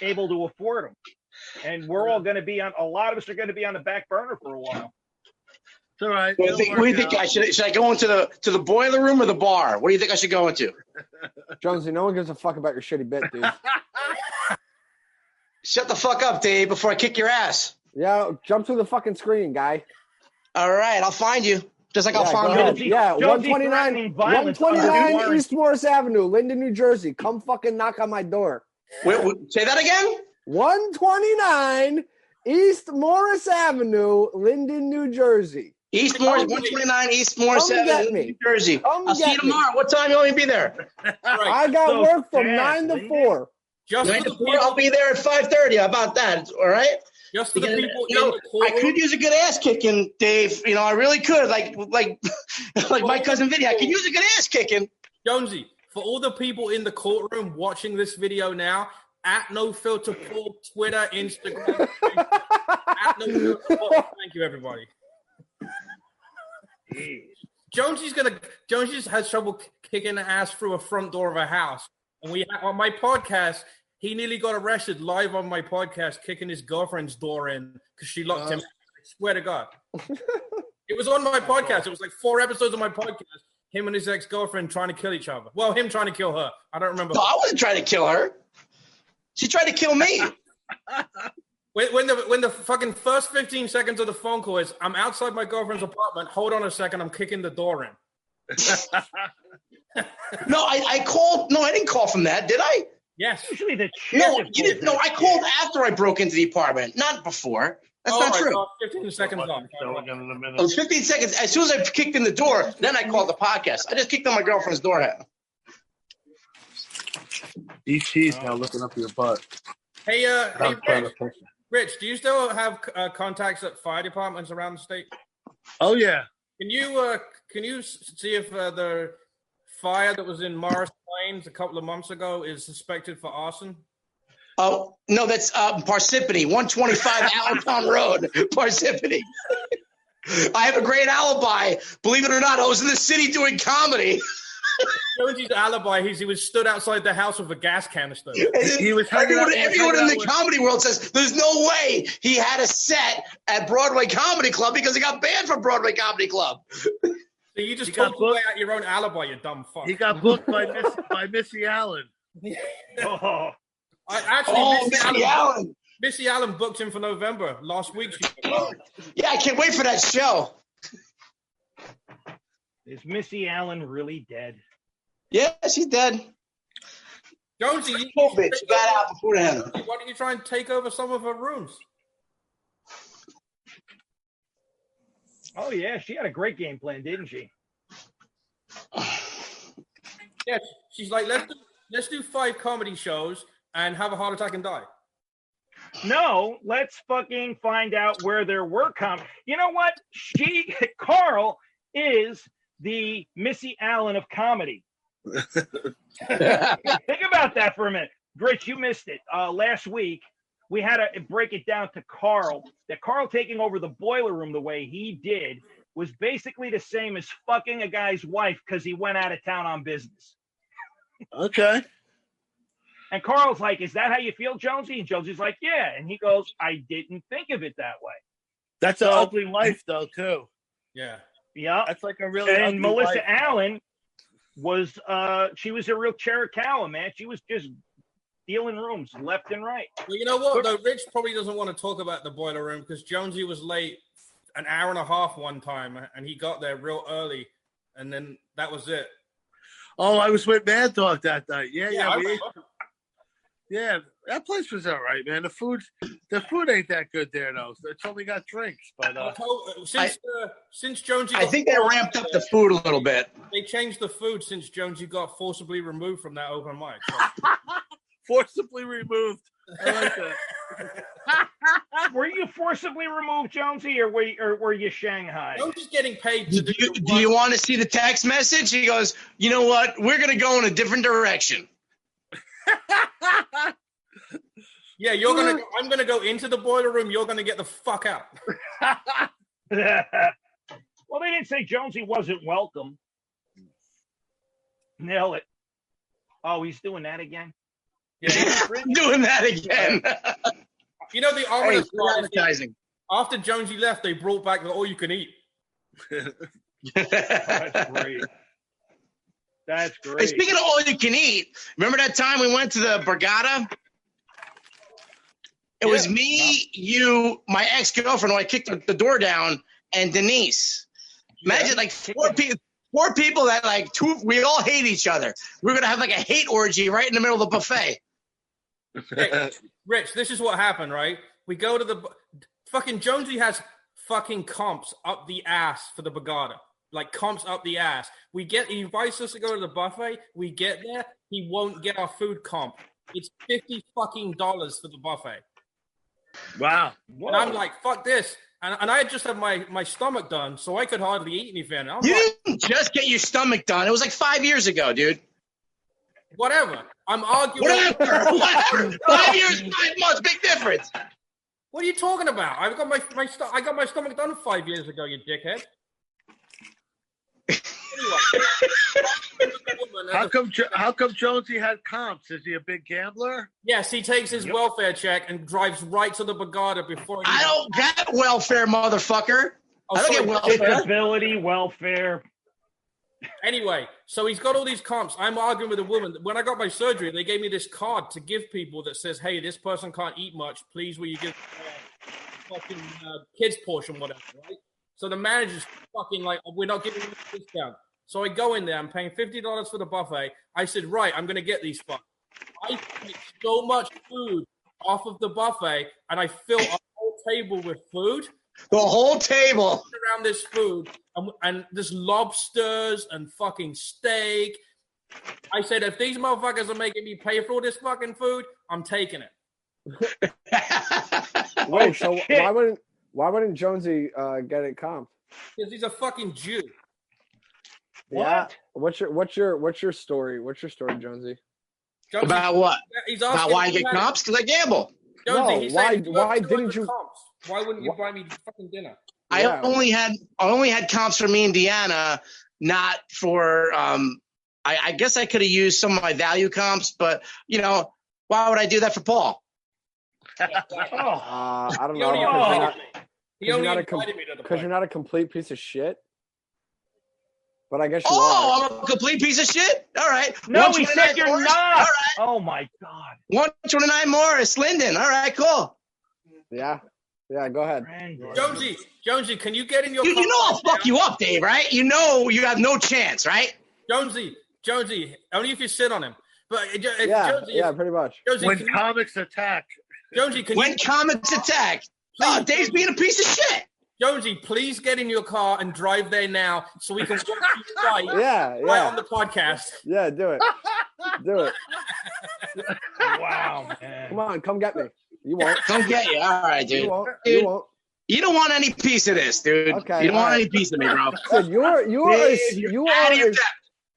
able to afford them, and we're all going to be on. A lot of us are going to be on the back burner for a while. It's all What right. do you It'll think, work what do you think out. I should? Should I go into the to the boiler room or the bar? What do you think I should go into? Jonesy, no one gives a fuck about your shitty bit, dude. Shut the fuck up, Dave, before I kick your ass. yeah, jump through the fucking screen, guy. All right, I'll find you. Just like I'll Yeah, go find ahead. Rob. Jonesy- yeah, Jonesy 129, threatening violence on the 129 warrant. East Morris Avenue, Linden, New Jersey. Come fucking knock on my door. Wait, wait, say that again. 129 East Morris Avenue, Linden, New Jersey. East Morris, 129 East Morris Come get Avenue, me. New Jersey. Come I'll see get you me. tomorrow. What time you want me to be there? all right, I got So work from sad, 9 to Linden. 4. just Nine for to the four, people, I'll be there at 5:30. How about that? All right. just for the Because, people you know, in the I courtroom. could use a good ass kicking, Dave. You know, I really could. Like, like, like my cousin Vinny. I could use a good ass kicking. Jonesy, for all the people in the courtroom watching this video now, at No Filter Paul, Twitter, Instagram, at No Filter Paul. Thank you, everybody. Jonesy's gonna. Jonesy's has trouble k- kicking the ass through a front door of a house, and we on my podcast. He nearly got arrested live on my podcast, kicking his girlfriend's door in because she locked him. out. I swear to God, it was on my podcast. It was like four episodes of my podcast. Him and his ex girlfriend trying to kill each other. Well, him trying to kill her. I don't remember. No, I wasn't trying to kill her. She tried to kill me. When, when the when the fucking first fifteen seconds of the phone call is, I'm outside my girlfriend's apartment. Hold on a second, I'm kicking the door in. No, I, I called. No, I didn't call from that, did I? Yes. Usually the No, sheriff you didn't. No, pulls I that called after I broke into the apartment, not before. That's All not right, true. well, Oh Fifteen seconds What, off. so we're gonna- in a It minute. was 15 seconds. As soon as I kicked in the door, then I called the podcast. I just kicked on my girlfriend's door handle. Eat cheese now, looking up your butt. Hey, uh, hey, I'm trying Rich, to picture. Rich, do you still have uh, contacts at fire departments around the state? Oh yeah, Can you uh, can you s- see if uh, the fire that was in Morris Plains a couple of months ago is suspected for arson? Oh, no, that's uh, Parsippany, 125 Allentown Road, Parsippany. I have a great alibi. Believe it or not, I was in the city doing comedy. Jonesy's alibi is he was stood outside the house with a gas canister. And He- then he was hanging out- everyone, he was everyone in hanging the out with- comedy world says there's no way he had a set at Broadway Comedy Club because he got banned from Broadway Comedy Club. So you just He got talked away out your own alibi, you dumb fuck. he got booked by Miss, by Missy Allen. kid. Oh, I, actually, Oh, Missy, Allen, Missy Allen. Missy Allen booked him for November last week. She Yeah, I can't wait for that show. is Missy Allen really dead? Yeah, she's dead. Jonesy, you, COVID. She got out before then. why don't you try and take over some of her rooms? Oh yeah, she had a great game plan, didn't she? Yeah, she's like, let's do, let's do five comedy shows and have a heart attack and die. No, let's fucking find out where there were com. You know what? She Carl is the Missy Allen of comedy. Think about that for a minute. Rich, you missed it. Uh, last week we had to break it down to Carl. That Carl taking over the boiler room the way he did was basically the same as fucking a guy's wife because he went out of town on business. Okay. And Carl's like, "Is that how you feel, Jonesy?" And Jonesy's like, "Yeah." And he goes, "I didn't think of it that way." That's an ugly life, though, too. Yeah. Yeah. That's like a really And ugly Melissa life. Allen, was uh she was a real Cherokala, man. She was just dealing rooms left and right. Well, you know what though, Rich probably doesn't want to talk about the boiler room because Jonesy was late an hour and a half one time, and he got there real early, and then that was it. Oh, I was with Mad Dog that night. Yeah, Yeah, yeah, I we ate- remember. yeah. That place was all right, man. The food, the food ain't that good there though. It's only got drinks, but I uh, told- Since uh, since Jonesy, I got- think they ramped up the food a little bit. They changed the food since Jonesy got forcibly removed from that open mic. So- forcibly removed. I like that. Were you forcibly removed, Jonesy, or were you, or were you Shanghai? Jonesy's getting paid to do. Do you, the do you work. want to see the text message? He goes, you know what? We're going to go in a different direction. Yeah, you're gonna. Go, I'm gonna go into the boiler room. You're gonna get the fuck out. well, they didn't say Jonesy wasn't welcome. Nail it. Oh, he's doing that again. Yeah, Doing that again. you know the hey, ominous free part is that advertising. after Jonesy left, they brought back the all you can eat. That's great. That's Hey, great. speaking of all you can eat, remember that time we went to the Borgata? It was Yeah. me, you, my ex girlfriend who I kicked the- the door down, and Denise. Imagine like four people. Four people that like two, we all hate each other. We're gonna have like a hate orgy right in the middle of the buffet. Rich, this is what happened, right? We go to the fucking Jonesy has fucking comps up the ass for the Bagada. Like comps up the ass. We get he invites us to go to the buffet. We get there. He won't get our food comp. It's fifty fucking dollars for the buffet. wow. Whoa. And I'm like, fuck this. And, and I had just had my, my stomach done, so I could hardly eat anything. I'm You like, didn't just get your stomach done. It was like five years ago, dude. whatever. I'm arguing. What, Whatever, whatever. Five years, five months, big difference. are you talking about? I've got my my sto- I got my stomach done five years ago. You dickhead. How Anyway. come? Jo- How come Jonesy had comps? Is he a big gambler? yes, he takes his welfare check and drives right to the Bagada before. he- I don't get welfare, motherfucker. Oh, I don't get sorry. welfare. disability welfare. Anyway, so he's got all these comps. I'm arguing with a woman. When I got my surgery, they gave me this card to give people that says, "Hey, this person can't eat much. Please, will you give uh, fucking uh, kids portion, whatever?" Right. So the manager's fucking like, "We're not giving you a discount." So I go in there. I'm paying fifty dollars for the buffet. I said, "Right, I'm going to get these fuck." I take so much food off of the buffet, and I fill a whole table with food The whole table. around this food and, and this lobsters and fucking steak. I said, if these motherfuckers are making me pay for all this fucking food, I'm taking it. Oh, Wait, so shit. why wouldn't why wouldn't Jonesy uh, get it comp? Because he's a fucking Jew. Yeah. What's your what's your what's your story? What's your story, Jonesy? Jonesy, About what? he's asking About why I if you get had it. comps? Because I gamble. Jonesy, No, he's why- saying, if you have why didn't 200 you- comps, why wouldn't you buy me fucking dinner? I Yeah. only had I only had comps for me and Deanna, not for um I, I guess I could have used some of my value comps, but you know, why would I do that for Paul? Oh, Uh, I don't He know. only because invited you're Because not- me. He you're only not a invited com- me to the you're, party. not a complete piece of shit. But I guess you are. Oh, I'm a complete piece of shit? All right. no, he said 129 you're Morris? not. All right. Oh my god, 129 Morris, Linden. All right, cool. Yeah. Yeah. Go ahead. Brandon. Jonesy, Jonesy, can you get in your You, you comp know I'll right now? fuck you up, Dave, right? You know you have no chance, right? Jonesy, Jonesy, only if you sit on him. But if, if Yeah. Jonesy, Yeah. Pretty much. Jonesy, When can you- comics attack, Jonesy, can you When comets attack. Oh, Dave's being a piece of shit. Jonesy, please get in your car and drive there now so we can watch you fight Yeah. right on Yeah. the podcast. Yeah. Do it. Do it. Wow, Come man. on. Come get me. You won't. Come get you. All right, You dude. won't. Dude. You won't. You don't want any piece of this, dude. Okay, you don't want all right. any piece of me, bro. Listen, you're you are Dave, as, you're you out are of your as, depth.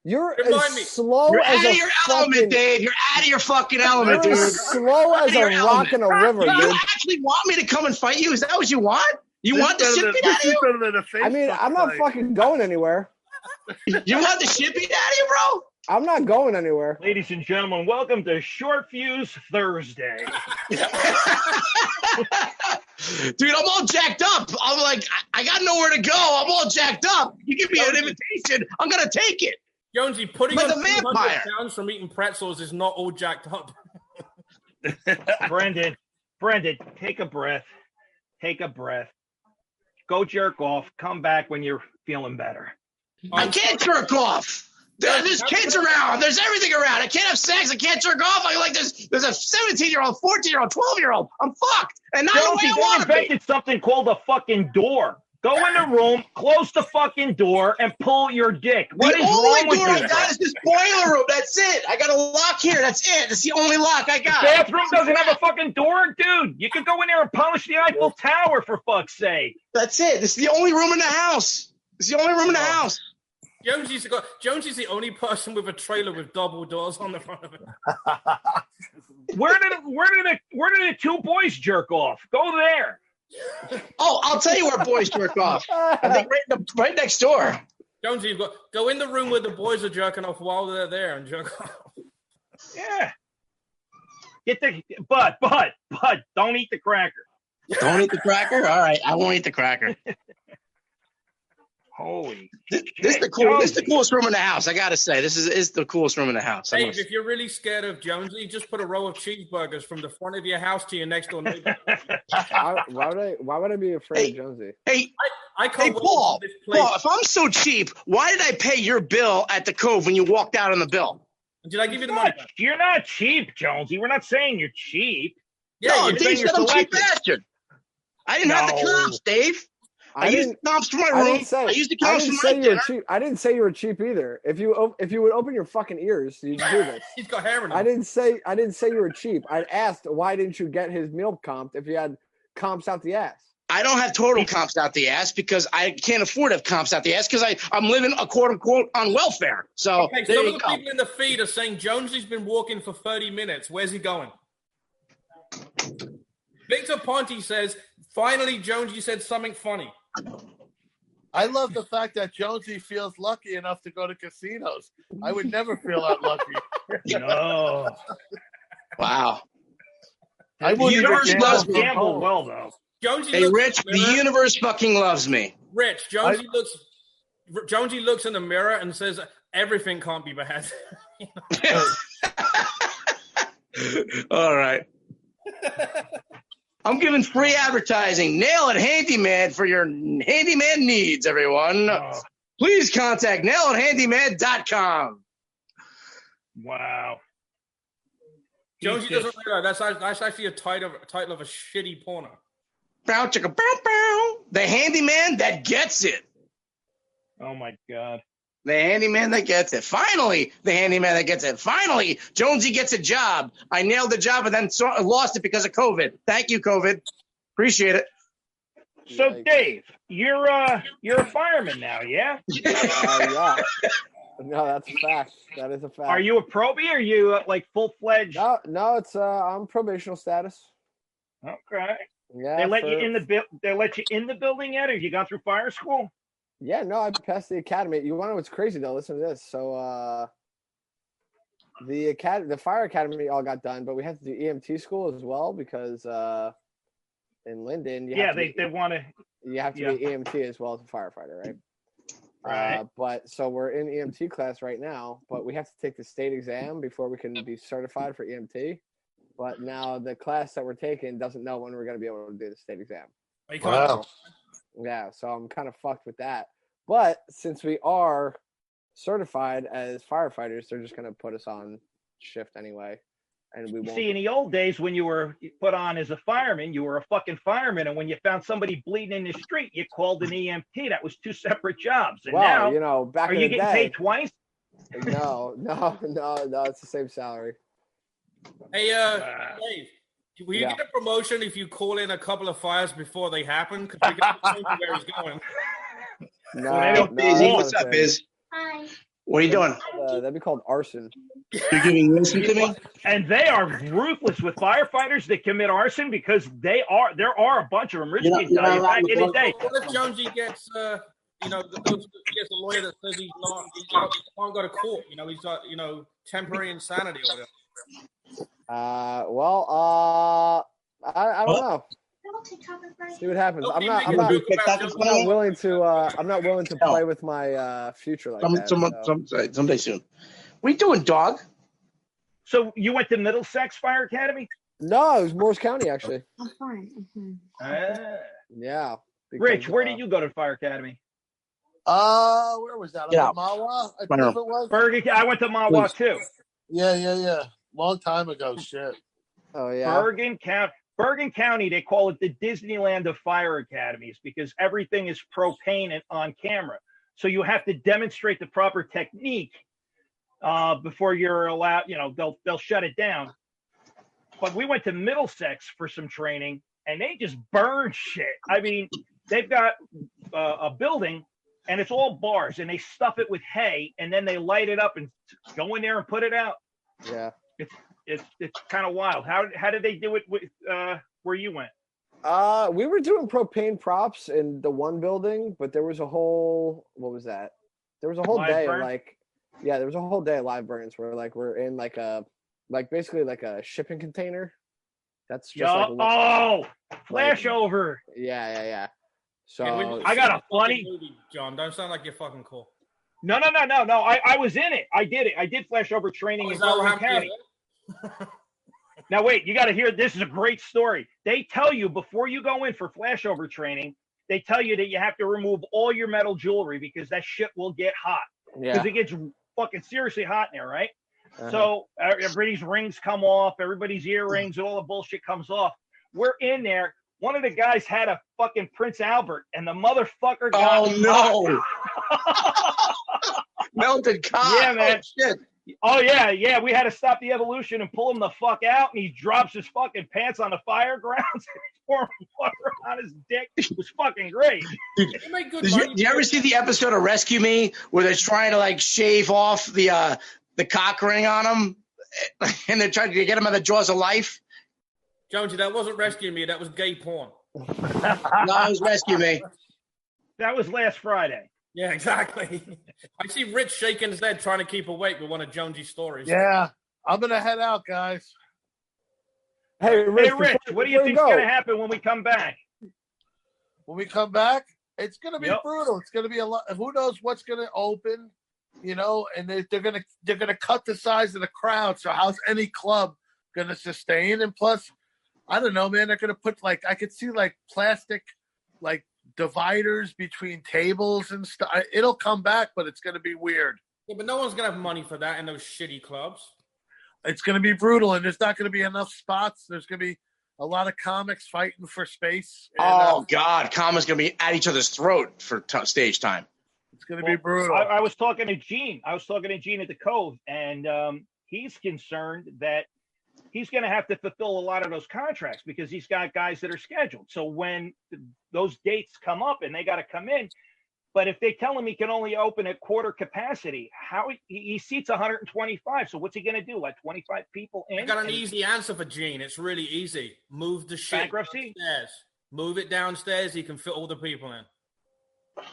you're Remind as me. slow You're as out a of your fucking, element, Dave. You're out of your fucking element, You're dude. as slow as You're out of a your rock in a river, Do you dude. actually want me to come and fight you? Is that what you want? You want the This is shit better beat out of than- this is you? better than a I mean, Facebook I'm not fight. fucking going anywhere. You want the shit beat out of you, bro? I'm not going anywhere. Ladies and gentlemen, welcome to Short Fuse Thursday. Dude, I'm all jacked up. I'm like, I, I got nowhere to go. I'm all jacked up. You give me an invitation, I'm gonna take it. Jonesy, putting But on the 200 vampire! pounds from eating pretzels is not all jacked up. Brendan, Brendan, take a breath. Take a breath. Go jerk off. Come back when you're feeling better. I Um, can't jerk off. There- There's kids around. There's everything around. I can't have sex. I can't jerk off. I like there's there's a 17 year old, 14 year old, 12 year old. I'm fucked, and not the way Jonesy, I they want to be. invented something called a fucking door. Go in the room, close the fucking door, and pull your dick. What the is only wrong with door I you? got is this boiler room. That's it. I got a lock here. That's it. That's the only lock I got. Bathroom doesn't have a fucking door, dude. You could go in there and polish the Eiffel Tower for fuck's sake. That's it. This is the only room in the house. It's the only room in the house. Jonesy's got Jonesy's the only person with a trailer with double doors on the front of it. Where did where did the where did the two boys jerk off? Go there. Oh, I'll tell you where boys jerk off. I think right, in the, right next door. Jonesy, you've got go in the room where the boys are jerking off while they're there and jerk off. Yeah. Get the but but but don't eat the cracker. Don't eat the cracker. All right, I won't eat the cracker. Holy This, this the cool. This the coolest room in the house. I gotta say, this is is the coolest room in the house. I'm Dave, gonna- if you're really scared of Jonesy, just put a row of cheeseburgers from the front of your house to your next door neighbor. Why, why would I? Why would I be afraid Hey. of Jonesy? Hey, I hey, can't wait Paul, for this place. Paul. If I'm so cheap, why did I pay your bill at the Cove when you walked out on the bill? Did I give you the You're money? not, back? you're not cheap, Jonesy. We're not saying you're cheap. Yeah, no, you saying Dave you're said I'm cheap selective. bastard. I didn't have the No. comps, Dave. I, I, used didn't. the comps for my I room. didn't say. I used the I comps didn't for my say you dinner. were cheap. I didn't say you were cheap either. If you op- if you would open your fucking ears, you'd do this. he's got hair in I him. didn't say I didn't say you were cheap. I asked why didn't you get his meal comped if you had comps out the ass. I don't have total comps out the ass because I can't afford to have comps out the ass because I I'm living a quote unquote on welfare. So Okay, there some you of the go. people in the feed are saying Jonesy's been walking for 30 minutes. Where's he going? Victor Ponte says, finally, Jonesy said something funny. I love the fact that Jonesy feels lucky enough to go to casinos. I would never feel that lucky. No. Wow. I The wouldn't even universe gamble Gamble, loves from me. gamble home. well though. Jonesy Hey, looks Rich, in the the mirror. universe fucking loves me. Rich, Jonesy looks. R- Jonesy looks in the mirror and says, "Everything can't be bad." Oh. All right. I'm giving free advertising. Nail it Handyman for your handyman needs, everyone. Oh, Please contact nailathandyman.com. wow. Jonesy Jesus. doesn't realize that's act- that's actually a title of, title of a shitty porno. Bow chicka bow bow. The handyman that gets it. Oh my god. The handyman that gets it. Finally, the handyman that gets it. Finally, Jonesy gets a job. I nailed the job and then saw, lost it because of COVID. Thank you, COVID. Appreciate it. So Yikes. Dave, you're uh you're a fireman now, yeah? Uh, yeah. No, that's a fact. That is a fact. Are you a probie? Are you uh, like full fledged? No, no, it's uh, I'm probational status. Okay. Yeah. They let for- you in the buil- they let you in the building yet? Or you gone through fire school? Yeah, no, I passed the academy. You want to know what's crazy though? Listen to this. So, uh, the academy, the fire academy, all got done, but we had to do EMT school as well because uh, in Linden, you yeah, have to they, be, they want to. you have to yeah. be EMT as well as a firefighter, right? Right. Uh, but so we're in EMT class right now, but we have to take the state exam before we can be certified for EMT. But now the class that we're taking doesn't know when we're going to be able to do the state exam. Like, you can't- Wow. Yeah, so I'm kind of fucked with that. But since we are certified as firefighters, they're just gonna put us on shift anyway, and we won't. See, in the old days when you were put on as a fireman, you were a fucking fireman, and when you found somebody bleeding in the street, you called an EMT. That was two separate jobs. And well, now, you know, back are in you the getting day, paid twice? no, no, no, no, it's the same salary. hey, uh, Uh, Dave, will you Yeah. get a promotion if you call in a couple of fires before they happen? Because we got to know where he's going. No, they don't no, pay that's you. not What's a up, thing. Biz? Uh, Hi. What are you doing? Uh, that'd be called arson. You're giving Wilson to me? and they are ruthless with firefighters that commit arson because they are there are a bunch of them. Rich You're not- can you're tell you not back allowed in to the go- day. What if Jonesy gets, uh, you know, the- goes, gets a lawyer that says he's not, he's not, he can't go to court. You know, he's got, you know, temporary insanity or whatever. Uh, well, uh, I, I don't know. I'll take common right. See what happens. I'm Nobody not. I'm making not. jokes Pick about that Joe one I'm Biden. not willing to. Uh, I'm not willing to No. play with my uh, future like Some, that. some, so. some, someday soon. What are you doing, dog? So you went to Middlesex Fire Academy? No, it was Morris County actually. I'm fine, I'm fine. Ah. Yeah. because, Rich, where uh, did you go to Fire Academy? Uh, where was that? Get Up out. in Mawa, I My think it was. Burger King. I went to Mawa Please. too. Yeah, yeah, yeah. Long time ago. Shit. Oh yeah. Bergen County. Bergen County, they call it the Disneyland of fire academies because everything is propane and on camera. So you have to demonstrate the proper technique uh, before you're allowed. You know, they'll they'll shut it down. But we went to Middlesex for some training, and they just burn shit. I mean, they've got uh, a building, and it's all bars, and they stuff it with hay, and then they light it up and go in there and put it out Yeah. it's it's kind of wild. How how did they do it with uh where you went? Uh, we were doing propane props in the one building, but there was a whole what was that? There was a whole Live day of burn? like, yeah, there was a whole day of live burns where like we're in like a like basically like a shipping container. That's just like Yo, a lo- oh, flashover. yeah, yeah, yeah. So And we- I got a funny. Movie, John, don't sound like you're fucking cool. No, no, no, no, no. I, I was in it. I did it. I did flashover training Oh, in is that what Bergen happened? County. Now wait, you got to hear. This is a great story. They tell you before you go in for flashover training, they tell you that you have to remove all your metal jewelry because that shit will get hot. yeah, Because it gets fucking seriously hot in there, right? uh-huh. So uh, everybody's rings come off, everybody's earrings, all the bullshit comes off. We're in there. One of the guys had a fucking Prince Albert, and the motherfucker got Oh no! Melted cock. Yeah, man. Oh, shit. Oh yeah, yeah. We had to stop the evolution and pull him the fuck out, and he drops his fucking pants on the fire grounds and pouring water on his dick. It was fucking great. You make good Did you, money. did you ever see the episode of Rescue Me where they're trying to like shave off the uh the cock ring on him, and they're trying to get him out of the jaws of life? Jonesy, that wasn't rescuing me. That was gay porn. No, it was Rescue Me. That was last Friday. Yeah, exactly. I see Rich shaking his head trying to keep awake with one of Jonesy's stories. Yeah. I'm gonna head out, guys. hey, Rich, hey Rich, before- what do you before think's gonna go, happen when we come back? When we come back, it's gonna be Yep. brutal. It's gonna be a lot. Who knows what's gonna open? You know, and they, they're gonna they're gonna cut the size of the crowd. So how's any club gonna sustain? And plus, I don't know, man. They're gonna put like I could see like plastic, like dividers between tables and stuff. It'll come back, but it's gonna be weird. Yeah, but no one's gonna have money for that in those shitty clubs. it's going to be brutal and there's not going to be enough spots there's going to be a lot of comics fighting for space and, uh, Oh God, Kama's gonna be at each other's throat for t- stage time. it's going to Well, be brutal I, I was talking to Gene. I was talking to Gene at the Cove, and um, he's concerned that he's going to have to fulfill a lot of those contracts because he's got guys that are scheduled. So when th- those dates come up and they got to come in, but if they tell him he can only open at quarter capacity, how he, he seats 125. So what's he going to do? Let 25 people in? I got an And easy answer for Gene. It's really easy. Move the shit Bankruptcy? downstairs. Move it downstairs. He can fit all the people in.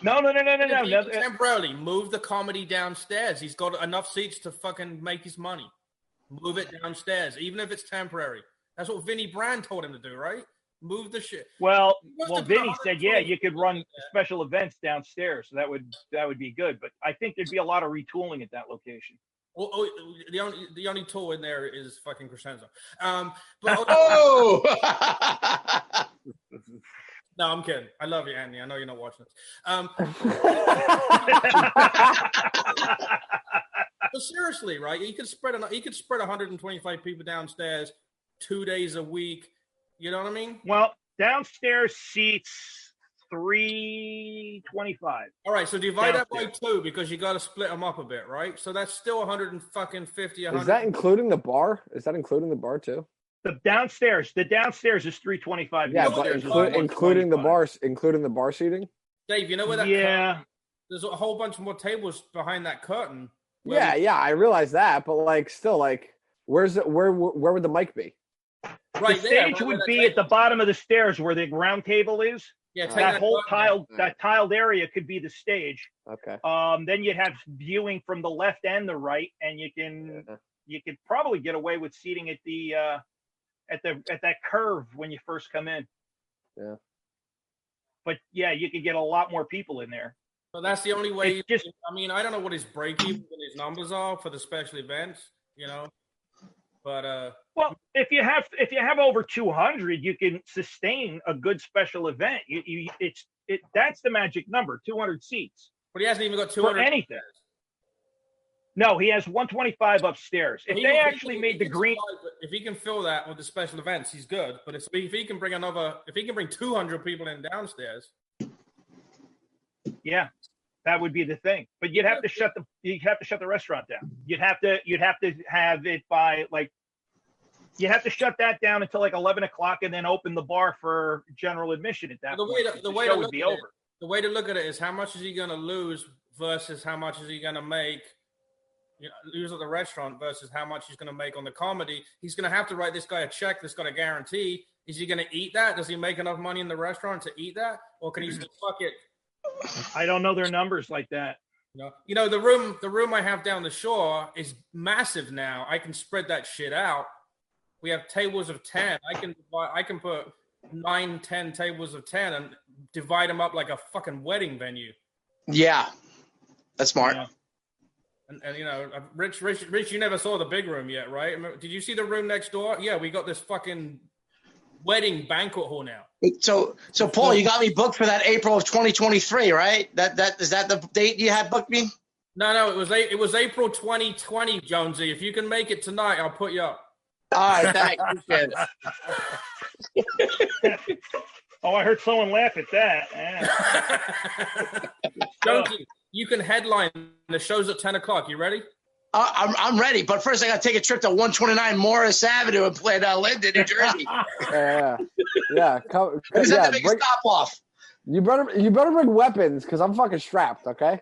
No, no, no, no, no, no. Even no uh, temporarily move the comedy downstairs. He's got enough seats to fucking make his money. Move it downstairs, even if it's temporary. That's what Vinny Brand told him to do, right? Move the shit. well, He wants well, to put Vinny said, yeah, 120 you could run special events downstairs. So that would that would be good. But I think there'd be a lot of retooling at that location. Well, oh, the only the only tool in there is fucking Crescenzo. Um, but Oh! no, I'm kidding. I love you, Anthony. I know you're not watching this. Um, but seriously, right? You could spread an, you could spread 125 people downstairs two days a week. You know what I mean? well, downstairs seats 325. All right, so divide that by Downstairs. two because you got to split them up a bit, right? So that's still 100 and fucking 50. 100. is that including the bar? Is that including the bar too? The downstairs, the downstairs is 325. Yeah, know but there's inclu- one including the 125. bars, including the bar seating. Dave? You know where that? curtain- Yeah. there's a whole bunch more tables behind that curtain. where Yeah, yeah, I realize that, but like, still, like, where's it? Where where would the mic we- be? The right there, stage right where would that be table- at the bottom of the stairs where the round table is. Yeah, Uh, take That whole curtain out. tiled that tiled area could be the stage. Okay. Um, then you'd have viewing from the left and the right, and you Mm. can Yeah. you could probably get away with seating at the uh, at the at that curve when you first come in. Yeah. But yeah, you could get a lot more people in there. So that's the only way. It's just- I mean, I don't know what his break even and his numbers are for the special events, you know. But uh, Well, if you have if you have over 200, you can sustain a good special event. You, you it's it that's the magic number, 200 seats but he hasn't even got two for hundred. anything. No, he has 125 upstairs. If He they can- actually he made the can green, survive, but If he can fill that with the special events, he's good. But if, if he can bring another, if he can bring two hundred people in downstairs, yeah, that would be the thing. But you'd have to shut the you'd have to shut the restaurant down. You'd have to you'd have to have it by like you have to shut that down until like 11 o'clock and then open the bar for general admission at that The way point. to- 'cause the way to show would look be at it- over. the way to look at it is how much is he going to lose versus how much is he going to make. You know, lose at the restaurant versus how much he's going to make on the comedy. He's going to have to write this guy a check that's got a guarantee. Is he going to eat that? Does he make enough money in the restaurant to eat that, or can he Mm-hmm. say fuck it? I don't know their numbers like that. You know, you know the room the room I have down the shore is massive now. I can spread that shit out. We have tables of ten. I can divide, I can put nine, ten tables of ten and divide them up like a fucking wedding venue. Yeah, that's smart. Yeah. And, and you know, uh, Rich, Rich, Rich, you never saw the big room yet, right? Remember- Did you see the room next door? Yeah, we got this fucking wedding banquet hall now. So, so Paul, you got me booked for that April of 2023, right? That that is that the date you had booked me? No, no, it was a, it was April 2020, Jonesy. If you can make it tonight, I'll put you up. All right, thanks. Appreciate it. Oh, I heard someone laugh at that. Yeah. Jonesy, you can headline the show's at 10 o'clock. You ready? Uh, I'm I'm ready, but first I got to take a trip to 129 Morris Avenue and play at uh, Linden, New Jersey. Ah, Yeah, yeah, yeah. Come, Is that yeah the biggest bring- stop off? you better you better bring weapons because I'm fucking strapped. Okay.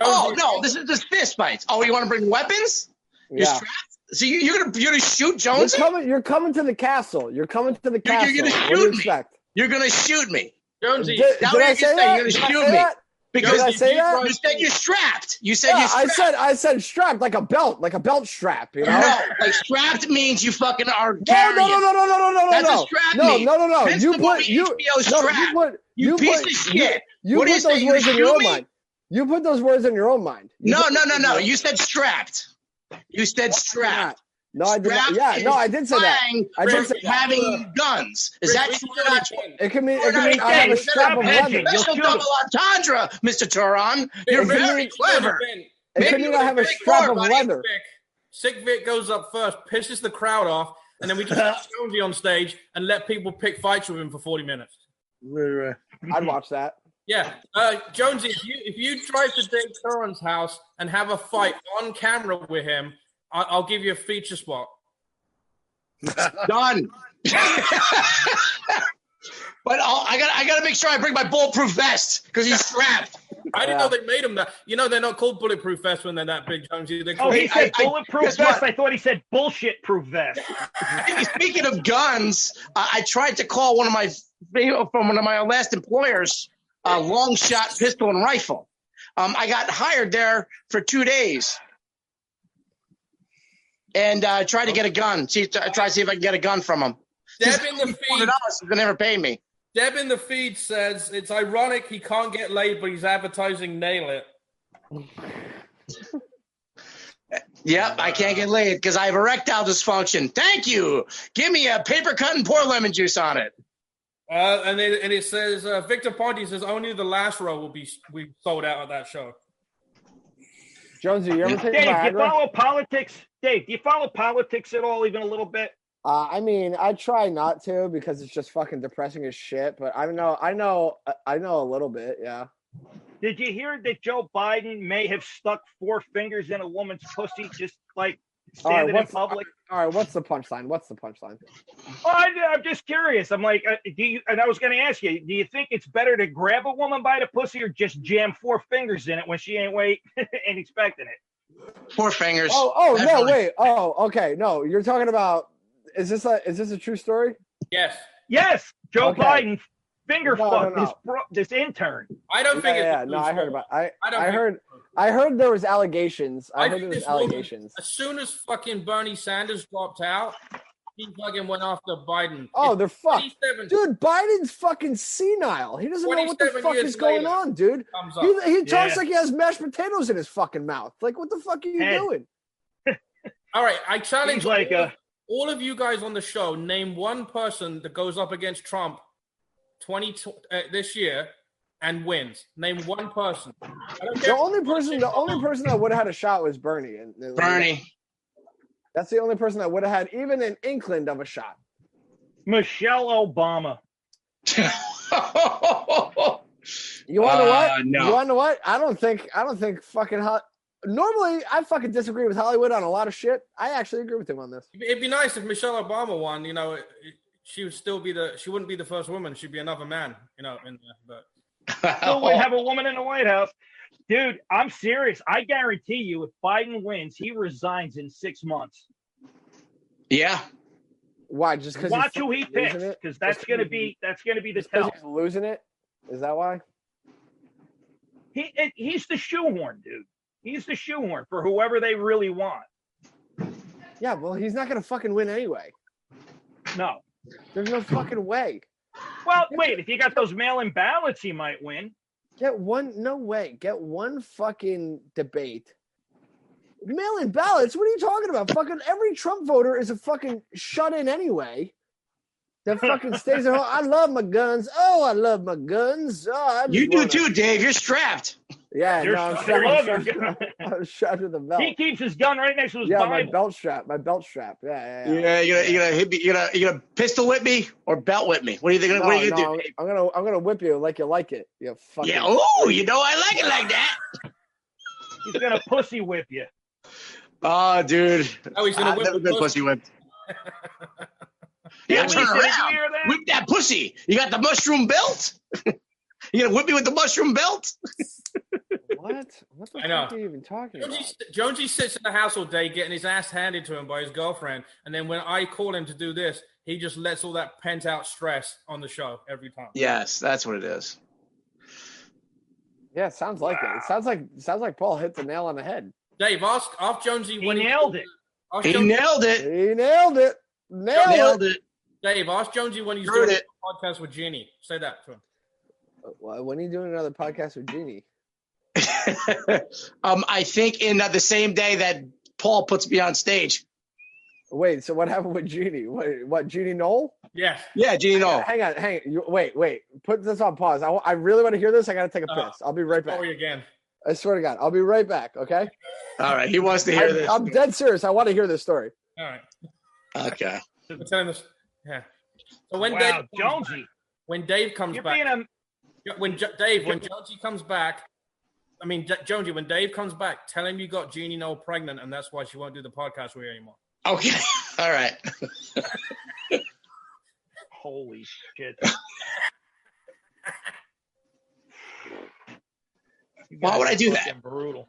Oh Jonesy, no, this is just fist fights. Oh, you want to bring weapons? You're Yeah. strapped. So you, you're gonna you're gonna shoot You're Jonesy? coming. You're coming to the castle. You're coming to the You're- castle. you're gonna what do shoot you me. expect? You're gonna shoot me Jonesy, Did, Now did you I can say say that? you're gonna Did I shoot say me. that? because Did I say that? you said you're strapped. You said Yeah, you're I strapped. said I said strapped like a belt, like a belt strap. You know? no, like strapped means you fucking are No, no, carrying. no, no, no, no, no, no, That's a no, strap no, me. no, no, no. That's You the put movie you, HBO no, strap. you put You you piece put, of shit. You, you What do you put say? those You're words in your gonna own shoot me? mind. You put those words in your own mind. You No, put- no, no, no. You said strapped. You said strapped. No, I did not. Strapped Yeah, is no, I did say that. Flying I did versus say that. having guns. Is Rich, that we true can or do it not? again. It can mean We're it not can mean I have a engaged. strap Stop of hedging. weapon. You'll Special shoot double entendre, Mr. Turon. You're It can very mean- clever. It Maybe can you mean I were have a the big strap door, of buddy. leather. Vic. Sick Vic goes up first, pisses the crowd off, and then we just have Jonesy on stage and let people pick fights with him for 40 minutes. Right, I'd watch that. Yeah. Uh, Jonesy, if you, if you drive to Dave Curran's house and have a fight on camera with him, I, I'll give you a feature spot. Done. but I'll, I got I got to make sure I bring my bulletproof vest because he's strapped. I didn't Yeah. know they made him that. You know, they're not called Bulletproof Vest when they're that big, Jonesy. They're Oh, called he Wait, I- said I- bulletproof guess vest. what? I thought he said bullshit proof vest. Speaking of guns, I, I tried to call one of my from one of my last employers, uh, long shot pistol and rifle. Um, I got hired there for two days, and uh, tried to get a gun. See, I tried to see if I can get a gun from them. Deb in the Hundred feed. dollars, they never pay me. Deb in the feed says it's ironic he can't get laid, but he's advertising nail it. Yep, I can't get laid because I have erectile dysfunction. Thank you. Give me a paper cut and pour lemon juice on it. Uh, and it, and it says uh, Victor Ponte says only the last row will be we sold out at that show. Jonesy, you ever take Dave, you Viagra? follow politics? Dave, do you follow politics at all, even a little bit? Uh, I mean, I try not to because it's just fucking depressing as shit. But I don't know. I know. uh, I know a little bit. Yeah. Did you hear that Joe Biden may have stuck four fingers in a woman's pussy just like All right, standing in what's- public? All right. What's the punchline? What's the punchline? Oh, I, I'm just curious. I'm like, uh, do you? And I was going to ask you, do you think it's better to grab a woman by the pussy or just jam four fingers in it when she ain't wait ain't expecting it? Four fingers. Oh. Oh no. Definitely. Wait. Oh. Okay. No. You're talking about. Is this a? Is this a true story? Yes, Yes, Joe Okay. Biden finger No, no, fucked no. this bro, this intern. I don't Yeah. think. yeah, it's No. I heard about. I. I don't I, think- heard. I heard there was allegations. I I, heard think there was this woman- allegations. As soon as fucking Bernie Sanders dropped out, He fucking went after Biden. Oh, they're fucked. 27 Dude, Biden's fucking senile. He doesn't know what the 27 fuck years is going later. on, dude. comes up. Oh, He, he talks Yeah. like he has mashed potatoes in his fucking mouth. Like, what the fuck are you Ed. doing? All right, I challenge He's like uh, all, a- all of you guys on the show. Name one person that goes up against Trump twenty tw- uh, this year and wins. Name one person. I don't The care. only person, the only person that would have had a shot was Bernie. And and- Bernie. that's the only person that would have had even an inkling of a shot. Michelle Obama. You want to Uh, what? no. You want to what? I don't think. I don't think fucking. Ho- Normally, I fucking disagree with Hollywood on a lot of shit. I actually agree with him on this. It'd be nice if Michelle Obama won. You know, it- it- she would still be the. She wouldn't be the first woman. She'd be another man. You know, in there, but Oh. So we have a woman in the White House. Dude, I'm serious. I guarantee you, if Biden wins, he resigns in six months. yeah. Why? Just because Watch who he picks, losing it? because that's gonna be that's gonna be the Because tell. he's losing it. Is that why? He it, he's the shoehorn, dude. He's the shoehorn for whoever they really want. Yeah. Well, he's not gonna fucking win anyway. No. There's no fucking way. Well, wait. If you got those mail-in ballots, he might win. Get one. No way. Get one fucking debate. Mail-in ballots. What are you talking about? Fucking every Trump voter is a fucking shut-in anyway. That fucking stays at home. I love my guns. Oh, I love my guns. Oh, I You just do wanna- too, Dave. You're strapped. Yeah, You're no, I'm strapped. strapped, You're I'm strapped, I'm strapped with the belt. He keeps his gun right next to his Yeah, my Bible. belt strap. My belt strap. Yeah, yeah. yeah. Yeah, you're gonna, you're gonna hit me. You're gonna, you're gonna pistol whip me or belt whip me. What are you gonna, No, what are you gonna no, do? I'm gonna I'm gonna whip you like you like it. You fucking Yeah. Oh, you know I like it like that. He's gonna pussy whip you. Oh, dude. oh, he's gonna I've win. never been pussy whipped. yeah, At turn least, did you around. hear that? Whip that pussy. You got the mushroom belt. you gonna whip me with the mushroom belt? what? What the I know. fuck are you even talking about? Jonesy, Jonesy sits in the house all day getting his ass handed to him by his girlfriend, and then when I call him to do this, he just lets all that pent out stress on the show every time. Yes, that's what it is. Yeah, it sounds like it. It sounds like sounds like Paul hit the nail on the head. Dave, ask ask Jonesy He when nailed it. Ask He Jonesy, nailed He it. nailed it. Nailed, Nailed it. it. Dave, ask Jonesy when he's Heard doing it. a podcast with Ginny. Say that to him. Wh- When are you doing another podcast with Genie? um, I think in uh, the same day that Paul puts me on stage. Wait, so what happened with Genie? What, what Genie Knoll? Yes. Yeah, Gene. No. Hang on, hang on. You, wait, wait. Put this on pause. I, wa- I really want to hear this. I got to take a Uh, piss. I'll be right back. Sorry again. I swear to God. I'll be right back, okay? All right, he wants to hear I'm, this. I'm dead serious. I want to hear this story. All right. okay. We're telling this. Yeah. So when Wow, Dave comes back, Jonesy, when Dave comes you're back, being a Jo- when jo- Dave, when Jonesy comes back, I mean J- Jonesy, when Dave comes back, tell him you got Jeannie Noel pregnant, and that's why she won't do the podcast with you anymore. Okay. All right. holy shit. You Why guys would I are do that? fucking Brutal.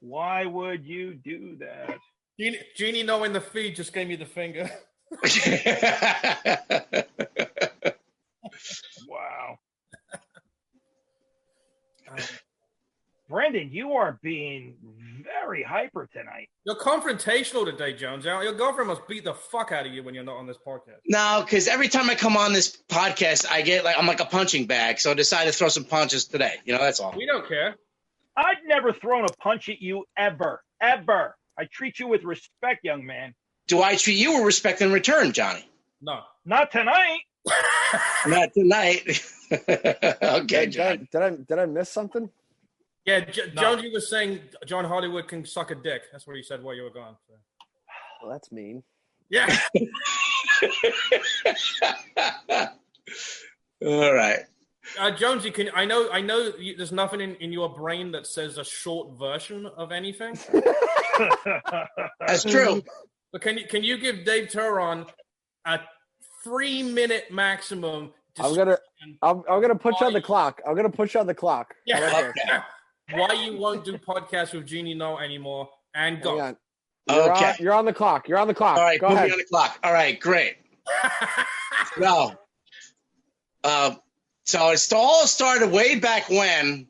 Why would you do that? Jeannie, Jeannie Noel in the feed just gave me the finger. Wow. Uh, Brendan, you are being very hyper tonight. You're confrontational today, Jones. Your your girlfriend must beat the fuck out of you when you're not on this podcast. no, because every time I come on this podcast, I get like I'm like a punching bag. So I decided to throw some punches today. You know, that's all. We don't care. I've never thrown a punch at you ever, ever. I treat you with respect, young man. Do I treat you with respect in return, Johnny? No. Not tonight. Not tonight. okay, Did, did I, Johnny. did I did I miss something? Yeah, J- No. Jonesy was saying John Hollywood can suck a dick. That's what he said while you were gone. so. Well, that's mean. Yeah. all right. Uh, Jonesy, can I know? I know you, there's nothing in, in your brain that says a short version of anything. That's true. But can you can you give Dave Turon a three minute maximum? I'm gonna I'm, I'm gonna push on the clock. I'm gonna push on the clock. Yeah. Right there. Okay. why you won't do podcasts with Jeannie No anymore? And Hang go. on. You're Okay. on, you're on the clock. You're on the clock. All right, Ah, Go put ahead. me on the clock. All right, great. No. Uh, so it all started way back when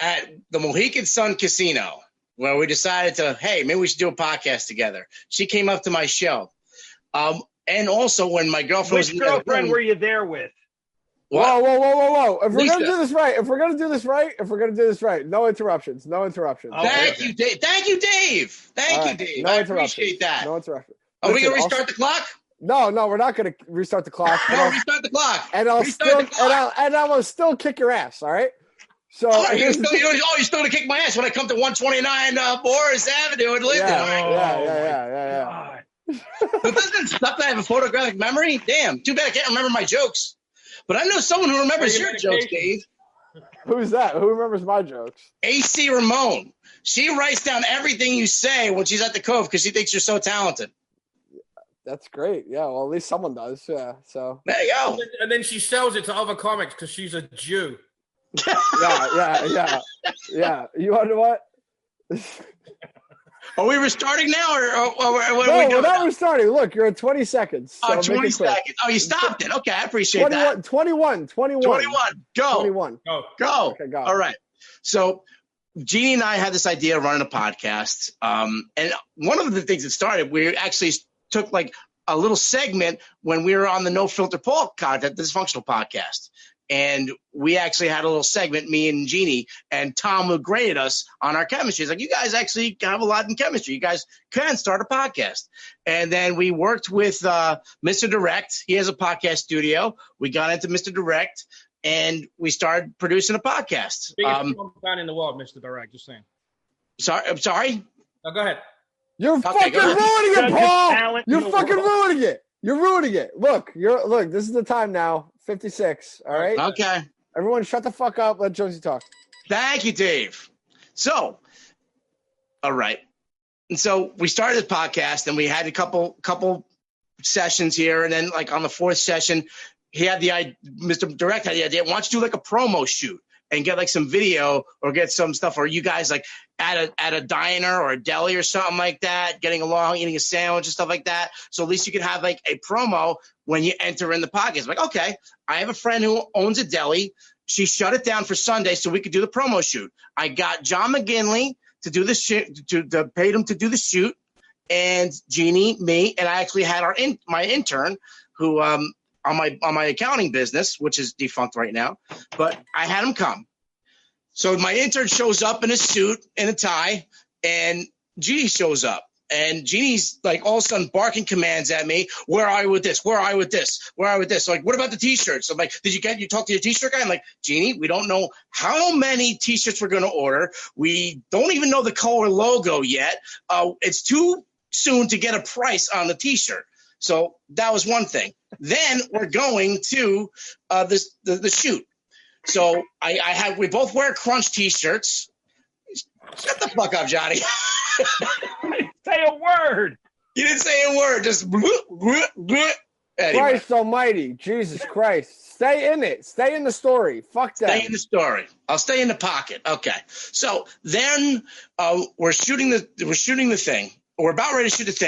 at the Mohican Sun Casino. where we decided to, hey, maybe we should do a podcast together. She came up to my show. Um, and also when my girlfriend was Which in the other girlfriend room- were you there with? What? Whoa, whoa, whoa, whoa, whoa! If we're gonna Lisa. do this right, if we're gonna do this right, if we're gonna do this right, no interruptions, no interruptions. Oh, Thank okay. you, Dave. Thank you, Dave. Thank All you, right, Dave. no I interruptions, appreciate that. No interruptions. Are we Listen, gonna I'll- restart the clock? No, no, we're not gonna restart the clock. And No, I'll, restart the clock. and I'll restart still the and clock. I'll and I will still kick your ass. All right. So All right, you're here's the still, thing- you're, oh, you're still gonna kick my ass when I come to 129 uh, Morris Avenue in Linden. yeah, All right. yeah, Oh, my yeah, yeah, yeah, yeah. God. But doesn't it suck that I have a photographic memory? Damn, too bad I can't remember my jokes. But I know someone who remembers Take your your jokes, medication. Dave. Who's that? Who remembers my jokes? AC Ramon. She writes down everything you say when she's at the Cove because she thinks you're so talented. That's great. Yeah. Well, at least someone does. Yeah. So There you go. And then she sells it to other comics because she's a Jew. yeah, yeah, yeah, yeah. You wonder what? Are we restarting now, or, or, or, or what No, are we we're doing? not restarting. Look, you're at 20 seconds. So Oh, make it 20 quick. seconds. Oh, you stopped it. Okay, I appreciate 21, 21, 21, that. 21. Go. 21. Oh, Go. Okay, go. All right. So Jeannie and I had this idea of running a podcast. Um, and one of the things that started, we actually took like a little segment when we were on the No Filter Paul content, the dysfunctional podcast. And we actually had a little segment, me and Jeannie, and Tom who graded us on our chemistry. He's like, you guys actually have a lot in chemistry. You guys can start a podcast. And then we worked with uh, Mr. Direct. He has a podcast studio. We got into Mr. Direct and we started producing a podcast. biggest Um, comic fan in the world, Mr. Direct. Just saying. sorry, I'm sorry. Now go ahead. You're go fucking ahead. ruining it, Such a Paul. talent in You're the fucking world. ruining it. You're ruining it. Look, you're look. This is the time now. 56. All right. Okay. Everyone, shut the fuck up. Let Josie talk. Thank you, Dave. So, all right. And so we started this podcast, and we had a couple couple sessions here, and then like on the fourth session, he had the idea. Mr. Direct had the idea. Why don't you do like a promo shoot and get like some video or get some stuff, or you guys like at a at a diner or a deli or something like that, getting along, eating a sandwich and stuff like that. So at least you could have like a promo when you enter in the podcast. Like, okay, I have a friend who owns a deli. She shut it down for Sunday so we could do the promo shoot. I got John McGinley to do the shoot, to, to paid him to do the shoot, and Jeannie, me, and I actually had our in, my intern who um on my on my accounting business, which is defunct right now, but I had him come. So my intern shows up in a suit and a tie, and Jeannie shows up. And Jeannie's like all of a sudden barking commands at me. Where are you with this? Where are you with this? Where are you with this? Like, what about the t-shirts? I'm like, did you get you talk to your t-shirt guy? I'm like, Jeannie, we don't know how many t-shirts we're gonna order. We don't even know the color logo yet. Uh, it's too soon to get a price on the t-shirt. So that was one thing. Then we're going to uh, this the, the shoot. So I, I have we both wear crunch t-shirts. Shut the fuck up, Johnny. Say a word. You didn't say a word. Just bloop, bloop, bloop. Anyway, Christ Almighty, Jesus Christ! Stay in it. Stay in the story. Fuck that. stay in the story. I'll stay in the pocket. Okay. So then uh, we're shooting the we're shooting the thing. We're about ready to shoot the thing.